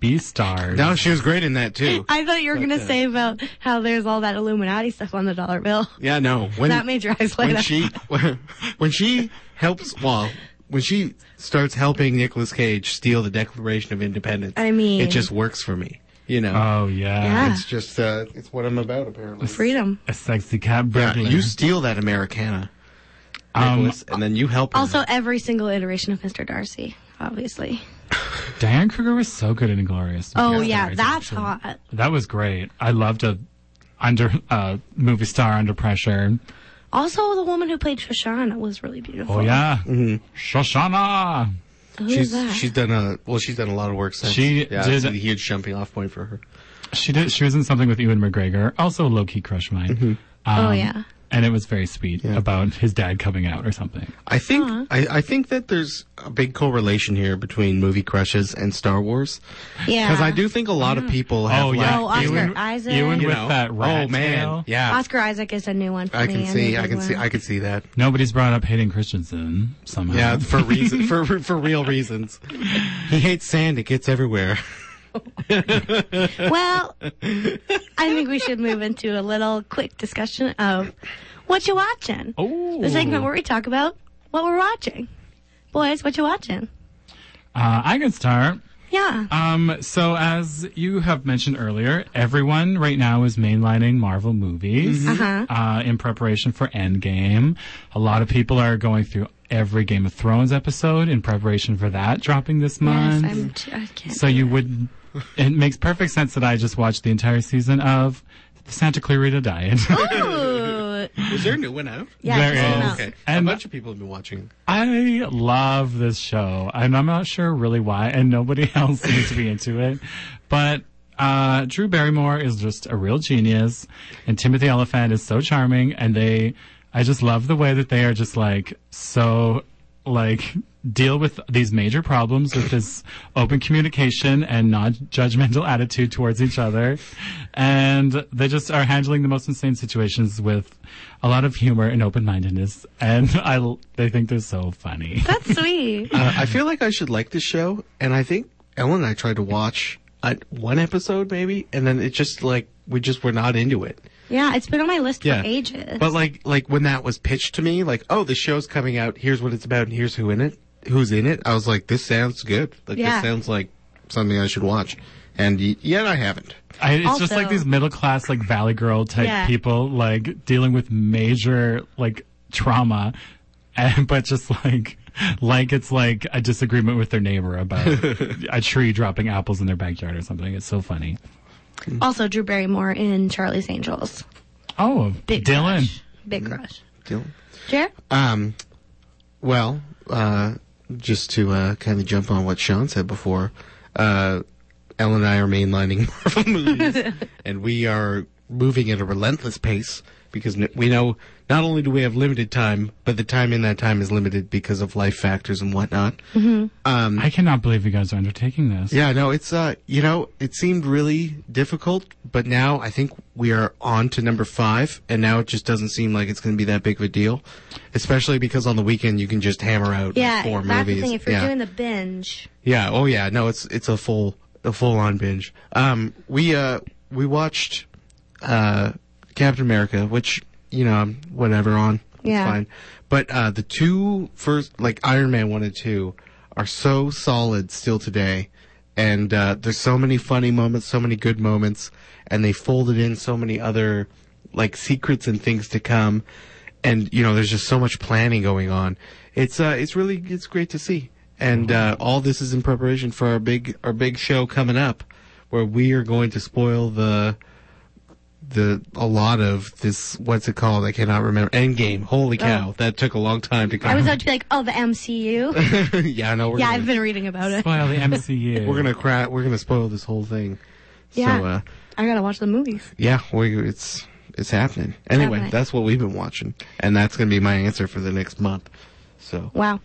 [SPEAKER 2] B Star.
[SPEAKER 3] No, she was great in that too.
[SPEAKER 1] I thought you were
[SPEAKER 3] uh,
[SPEAKER 1] gonna say about how there's all that Illuminati stuff on the dollar bill.
[SPEAKER 3] yeah, no. When
[SPEAKER 1] that made your eyes light
[SPEAKER 3] when
[SPEAKER 1] up.
[SPEAKER 3] she <laughs> when she helps, well, when she starts helping Nicolas Cage steal the Declaration of Independence,
[SPEAKER 1] I mean-
[SPEAKER 3] it just works for me. You know,
[SPEAKER 2] Oh yeah.
[SPEAKER 1] Yeah.
[SPEAKER 3] Uh, It's just uh, it's what I'm about apparently.
[SPEAKER 1] Freedom.
[SPEAKER 2] A sexy cat
[SPEAKER 3] Yeah,
[SPEAKER 2] burglar.
[SPEAKER 3] you steal that Americana,
[SPEAKER 2] Um,
[SPEAKER 3] Um, Nicholas, and then you help. him.
[SPEAKER 1] Also, every single iteration of Mr. Darcy, obviously.
[SPEAKER 2] Diane Kruger was so good in Inglorious.
[SPEAKER 1] Oh yeah, that's hot.
[SPEAKER 2] That was great. I loved a under uh, movie star under pressure.
[SPEAKER 1] Also, the woman who played Shoshana was really beautiful.
[SPEAKER 2] Oh yeah,
[SPEAKER 3] Mm-hmm.
[SPEAKER 2] Shoshana.
[SPEAKER 1] Who's
[SPEAKER 3] She's
[SPEAKER 1] that?
[SPEAKER 3] she's done a well. She's done a lot of work since.
[SPEAKER 2] She
[SPEAKER 3] yeah,
[SPEAKER 2] did-
[SPEAKER 3] it's a huge jumping off point for her.
[SPEAKER 2] She did. She was in something with Ewan McGregor. Also, a low key crush of mine.
[SPEAKER 3] Mm-hmm.
[SPEAKER 2] Um,
[SPEAKER 1] Oh, yeah.
[SPEAKER 2] And it was very sweet about his dad coming out or something.
[SPEAKER 3] I think I, I think that there's a big correlation here between movie crushes and Star Wars
[SPEAKER 1] yeah. Mm-hmm.
[SPEAKER 3] because I do think a lot of people have
[SPEAKER 2] Oh, yeah.
[SPEAKER 1] Oh,
[SPEAKER 3] like
[SPEAKER 1] Oscar
[SPEAKER 3] Ewan-
[SPEAKER 1] Isaac.
[SPEAKER 2] Ewan
[SPEAKER 3] you
[SPEAKER 2] with
[SPEAKER 3] know,
[SPEAKER 2] that rat
[SPEAKER 3] oh man,
[SPEAKER 2] tail.
[SPEAKER 3] yeah,
[SPEAKER 1] Oscar Isaac is a new one for
[SPEAKER 3] I
[SPEAKER 1] me.
[SPEAKER 3] can
[SPEAKER 1] I'm
[SPEAKER 3] see
[SPEAKER 1] a
[SPEAKER 3] I
[SPEAKER 1] big
[SPEAKER 3] can see
[SPEAKER 1] one.
[SPEAKER 3] I can see that.
[SPEAKER 2] Nobody's brought up Hayden Christensen somehow.
[SPEAKER 3] Yeah, <laughs> for reason for
[SPEAKER 2] <laughs>
[SPEAKER 3] for real reasons. He hates sand; it gets <laughs> everywhere.
[SPEAKER 1] well, I think we should move into a little quick discussion of what you watching.
[SPEAKER 2] Oh.
[SPEAKER 1] The segment where we talk about what we're watching. Boys, what you watching?
[SPEAKER 2] Uh, I can start.
[SPEAKER 1] Yeah.
[SPEAKER 2] Um, so as you have mentioned earlier, everyone right now is mainlining Marvel movies
[SPEAKER 1] Mm-hmm. Uh-huh.
[SPEAKER 2] uh, in preparation for Endgame. A lot of people are going through every Game of Thrones episode in preparation for that dropping this
[SPEAKER 1] yes,
[SPEAKER 2] month.
[SPEAKER 1] I'm, t- I can't.
[SPEAKER 2] so you would. It makes perfect sense that I just watched the entire season of the Santa
[SPEAKER 1] <laughs>
[SPEAKER 2] Clarita Diet.
[SPEAKER 1] Ooh.
[SPEAKER 3] Is there a new one out?
[SPEAKER 1] Yeah,
[SPEAKER 2] There
[SPEAKER 1] it just came
[SPEAKER 2] is.
[SPEAKER 1] out.
[SPEAKER 3] Okay,
[SPEAKER 2] And-
[SPEAKER 3] a bunch of people have been watching.
[SPEAKER 2] I love this show, and I'm not sure really why, and nobody <laughs> else seems to be into it. But uh, Drew Barrymore is just a real genius, and Timothy Oliphant is so charming, and they, I just love the way that they are just like so, like deal with these major problems with this open communication and non-judgmental <laughs> attitude towards each other, and they just are handling the most insane situations with a lot of humor and open-mindedness, and I l- they think they're so funny. <laughs>
[SPEAKER 1] That's sweet.
[SPEAKER 3] Uh, I feel like I should like this show, and I think Ellen and I tried to watch uh, one episode maybe, and then it just like we just were not into it.
[SPEAKER 1] Yeah, it's been on my list
[SPEAKER 3] Yeah.
[SPEAKER 1] for ages.
[SPEAKER 3] But like like when that was pitched to me, like oh the show's coming out, here's what it's about, and here's who in it, who's in it. I was like, this sounds good. Like
[SPEAKER 1] Yeah.
[SPEAKER 3] this sounds like something I should watch, and y- yet I haven't.
[SPEAKER 2] I, it's just
[SPEAKER 1] Also-
[SPEAKER 2] like these middle class, like valley girl type
[SPEAKER 1] Yeah.
[SPEAKER 2] people, like dealing with major like trauma, <laughs> and but just like like it's like a disagreement with their neighbor
[SPEAKER 3] <laughs>
[SPEAKER 2] about a tree dropping apples in their backyard or something. It's so funny.
[SPEAKER 1] also, Drew Barrymore in Charlie's Angels.
[SPEAKER 2] Oh,
[SPEAKER 1] Big
[SPEAKER 2] Dylan.
[SPEAKER 1] Crush. Big crush.
[SPEAKER 3] Still.
[SPEAKER 1] Jared?
[SPEAKER 3] Um, well, uh, just to uh, kind of jump on what Sean said before, uh, Ellen and I are mainlining <laughs> Marvel movies, and we are moving at a relentless pace because n- we know not only do we have limited time, but the time in that time is limited because of life factors and whatnot.
[SPEAKER 2] I cannot believe you guys are undertaking this.
[SPEAKER 3] Yeah, no, it's uh, you know, it seemed really difficult, but now I think we are on to number five, and now it just doesn't seem like it's going to be that big of a deal, especially because on the weekend you can just hammer out like,
[SPEAKER 1] Yeah,
[SPEAKER 3] four
[SPEAKER 1] that's
[SPEAKER 3] movies.
[SPEAKER 1] the thing. If you're
[SPEAKER 3] yeah.
[SPEAKER 1] doing the binge,
[SPEAKER 3] yeah, oh yeah, no, it's it's a full a full on binge. Um, we uh we watched uh Captain America, which you know I'm whatever on, it's
[SPEAKER 1] Yeah.
[SPEAKER 3] fine. But uh, the two first, like Iron Man one and two, are so solid still today, and uh, there's so many funny moments, so many good moments, and they folded in so many other like secrets and things to come, and you know there's just so much planning going on. It's uh, it's really it's great to see, and uh, all this is in preparation for our big our big show coming up, where we are going to spoil the the a lot of this what's it called? I cannot remember. Endgame. Holy cow. That took a long time to
[SPEAKER 1] Oh. I
[SPEAKER 3] come.
[SPEAKER 1] was about to be like, oh, the
[SPEAKER 3] <laughs>
[SPEAKER 1] MCU.
[SPEAKER 3] yeah, no, we're
[SPEAKER 1] yeah, I've
[SPEAKER 3] gonna,
[SPEAKER 1] been reading about it.
[SPEAKER 2] Spoil the MCU.
[SPEAKER 3] <laughs> we're gonna cry we're gonna spoil this whole thing.
[SPEAKER 1] Yeah.
[SPEAKER 3] So uh
[SPEAKER 1] I gotta watch the movies.
[SPEAKER 3] yeah, we it's it's happening. Anyway,
[SPEAKER 1] happening.
[SPEAKER 3] that's what we've been watching. And that's gonna be my answer for the next month. So
[SPEAKER 1] Wow.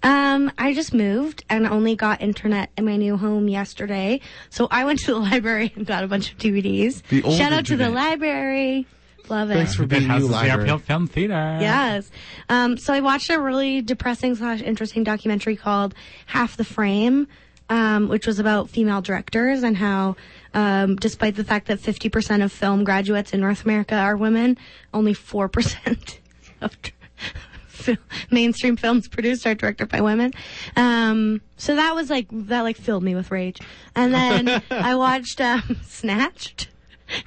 [SPEAKER 1] Um, I just moved and only got internet in my new home yesterday. So I went to the <laughs> library and got a bunch of DVDs.
[SPEAKER 3] The old
[SPEAKER 1] Shout out to the
[SPEAKER 3] internet.
[SPEAKER 1] library. Love it.
[SPEAKER 3] Thanks for
[SPEAKER 2] It
[SPEAKER 3] being
[SPEAKER 2] has
[SPEAKER 3] you,
[SPEAKER 2] the
[SPEAKER 3] library.
[SPEAKER 2] CRPL Film Theater.
[SPEAKER 1] Yes. Um, so I watched a really depressing slash interesting documentary called Half the Frame, um, which was about female directors and how, um, despite the fact that 50% of film graduates in North America are women, only 4% <laughs> of dir- fil- mainstream films produced are directed by women. Um, so that was like, that like filled me with rage. And then I watched, um, Snatched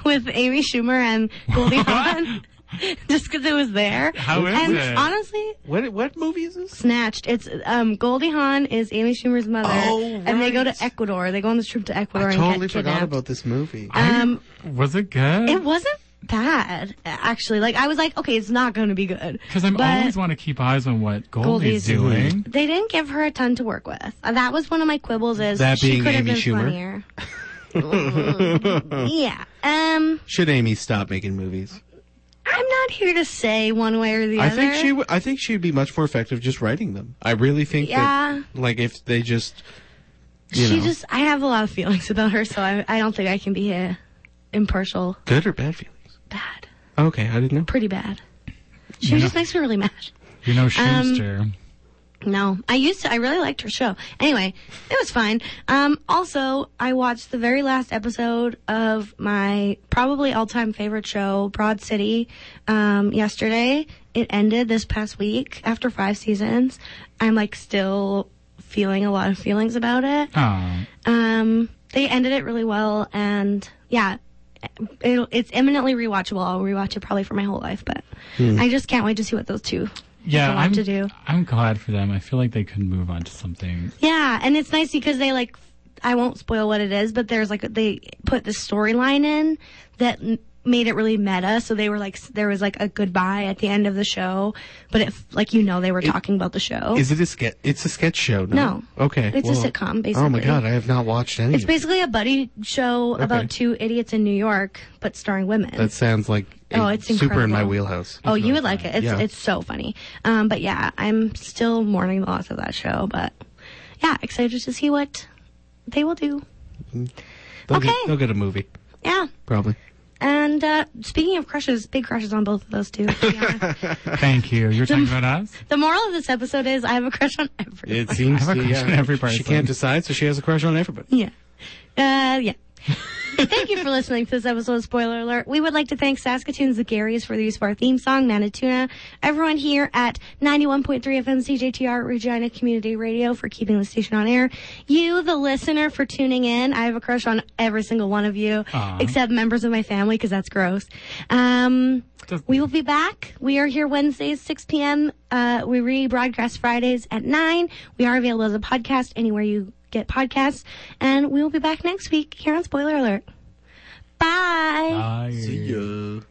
[SPEAKER 1] with Amy Schumer and Goldie Hawn. <laughs> just because it was there.
[SPEAKER 2] How is
[SPEAKER 1] and
[SPEAKER 2] it?
[SPEAKER 1] honestly,
[SPEAKER 4] What what movie is this?
[SPEAKER 1] snatched. It's um, Goldie Hawn is Amy Schumer's mother,
[SPEAKER 4] Oh,
[SPEAKER 1] and they go to
[SPEAKER 4] right.
[SPEAKER 1] Ecuador. They go on this trip to Ecuador
[SPEAKER 4] I
[SPEAKER 1] and
[SPEAKER 4] totally
[SPEAKER 1] get
[SPEAKER 4] forgot
[SPEAKER 1] kidnapped.
[SPEAKER 4] about this movie.
[SPEAKER 2] I-
[SPEAKER 1] um,
[SPEAKER 2] was it good?
[SPEAKER 1] It wasn't bad actually. Like I was like, okay, it's not going to be good
[SPEAKER 2] Because I am
[SPEAKER 1] but-
[SPEAKER 2] always want to keep eyes on what
[SPEAKER 1] Goldie's-
[SPEAKER 2] Goldie's, doing.
[SPEAKER 1] They didn't give her a ton to work with. Uh, That was one of my quibbles. Is
[SPEAKER 3] That
[SPEAKER 1] she
[SPEAKER 3] being
[SPEAKER 1] could have
[SPEAKER 3] Amy
[SPEAKER 1] been
[SPEAKER 3] Schumer?
[SPEAKER 1] funnier. Mm, yeah. Um,
[SPEAKER 3] Should Amy stop making movies?
[SPEAKER 1] I'm not here to say one way or the
[SPEAKER 3] I
[SPEAKER 1] other.
[SPEAKER 3] think she. W- I think she'd be much more effective just writing them. I really think
[SPEAKER 1] Yeah.
[SPEAKER 3] that, like, if they just, you
[SPEAKER 1] She
[SPEAKER 3] know,
[SPEAKER 1] just. I have a lot of feelings <laughs> about her, so I, I don't think I can be uh, impartial.
[SPEAKER 3] good or bad feelings.
[SPEAKER 1] Bad.
[SPEAKER 3] Okay, I didn't know.
[SPEAKER 1] Pretty bad. She
[SPEAKER 2] Yeah.
[SPEAKER 1] just makes me really mad.
[SPEAKER 2] You
[SPEAKER 1] Um,
[SPEAKER 2] know, Schuster.
[SPEAKER 1] No, I used to. I really liked her show. Anyway, it was fine. Um, also, I watched the very last episode of my probably all-time favorite show, Broad City, um, yesterday. It ended this past week after five seasons. I'm like still feeling a lot of feelings about it.
[SPEAKER 2] oh,
[SPEAKER 1] Um, they ended it really well, and yeah, it, it's eminently rewatchable. I'll rewatch it probably for my whole life, but I just can't wait to see what those two
[SPEAKER 2] yeah.
[SPEAKER 1] have a lot
[SPEAKER 2] I'm,
[SPEAKER 1] to do.
[SPEAKER 2] I'm glad for them. I feel like they could move on to something.
[SPEAKER 1] Yeah, and it's nice because they like I won't spoil what it is, but there's like they put the storyline in that m- made it really meta. So they were like s- there was like a goodbye at the end of the show, but if like you know they were talking about the show.
[SPEAKER 3] Is it a sketch? It's a sketch show. No.
[SPEAKER 1] No.
[SPEAKER 3] Okay.
[SPEAKER 1] It's a
[SPEAKER 3] well,
[SPEAKER 1] sitcom,
[SPEAKER 3] Oh my
[SPEAKER 1] basically.
[SPEAKER 3] god, I have not watched any.
[SPEAKER 1] It's
[SPEAKER 3] of it.
[SPEAKER 1] basically a buddy show
[SPEAKER 3] Okay.
[SPEAKER 1] about two idiots in New York, but starring women.
[SPEAKER 3] That sounds like
[SPEAKER 1] Oh, it's
[SPEAKER 3] super in my
[SPEAKER 1] incredible.
[SPEAKER 3] wheelhouse.
[SPEAKER 1] oh, you would like it. It's
[SPEAKER 3] Yeah.
[SPEAKER 1] it's so funny. Um, but yeah, I'm still mourning the loss of that show, but yeah, excited to see what they will do.
[SPEAKER 3] They'll
[SPEAKER 1] okay.
[SPEAKER 3] Get, they'll get a movie
[SPEAKER 1] Yeah.
[SPEAKER 3] probably.
[SPEAKER 1] And uh, speaking of crushes, big crushes on both of those two. Yeah.
[SPEAKER 2] Thank you.
[SPEAKER 1] <laughs>
[SPEAKER 2] You're talking about us.
[SPEAKER 1] the moral of this episode is I have a crush on everyone.
[SPEAKER 3] <laughs> It seems
[SPEAKER 2] I have a
[SPEAKER 3] to,
[SPEAKER 2] crush
[SPEAKER 3] yeah.
[SPEAKER 2] on every
[SPEAKER 3] She
[SPEAKER 2] person.
[SPEAKER 3] can't decide, so she has a crush on everybody.
[SPEAKER 1] <laughs> yeah. Uh, yeah. <laughs> thank you for listening to this episode of Spoiler Alert. We would like to thank Saskatoon's The Garys for the use of our theme song, Manituna. Everyone here at 91.3 FM CJTR Regina Community Radio for keeping the station on air. You, the listener, for tuning in. I have a crush on every single one of you,
[SPEAKER 2] Aw.
[SPEAKER 1] except members of my family, because that's gross. Um,
[SPEAKER 2] Doesn't-
[SPEAKER 1] we will be back. We are here Wednesdays, 6 p.m. Uh, we rebroadcast Fridays at 9. We are available as a podcast anywhere you get podcasts. And we will be back next week here on Spoiler Alert. Bye.
[SPEAKER 2] Bye.
[SPEAKER 3] Yeah.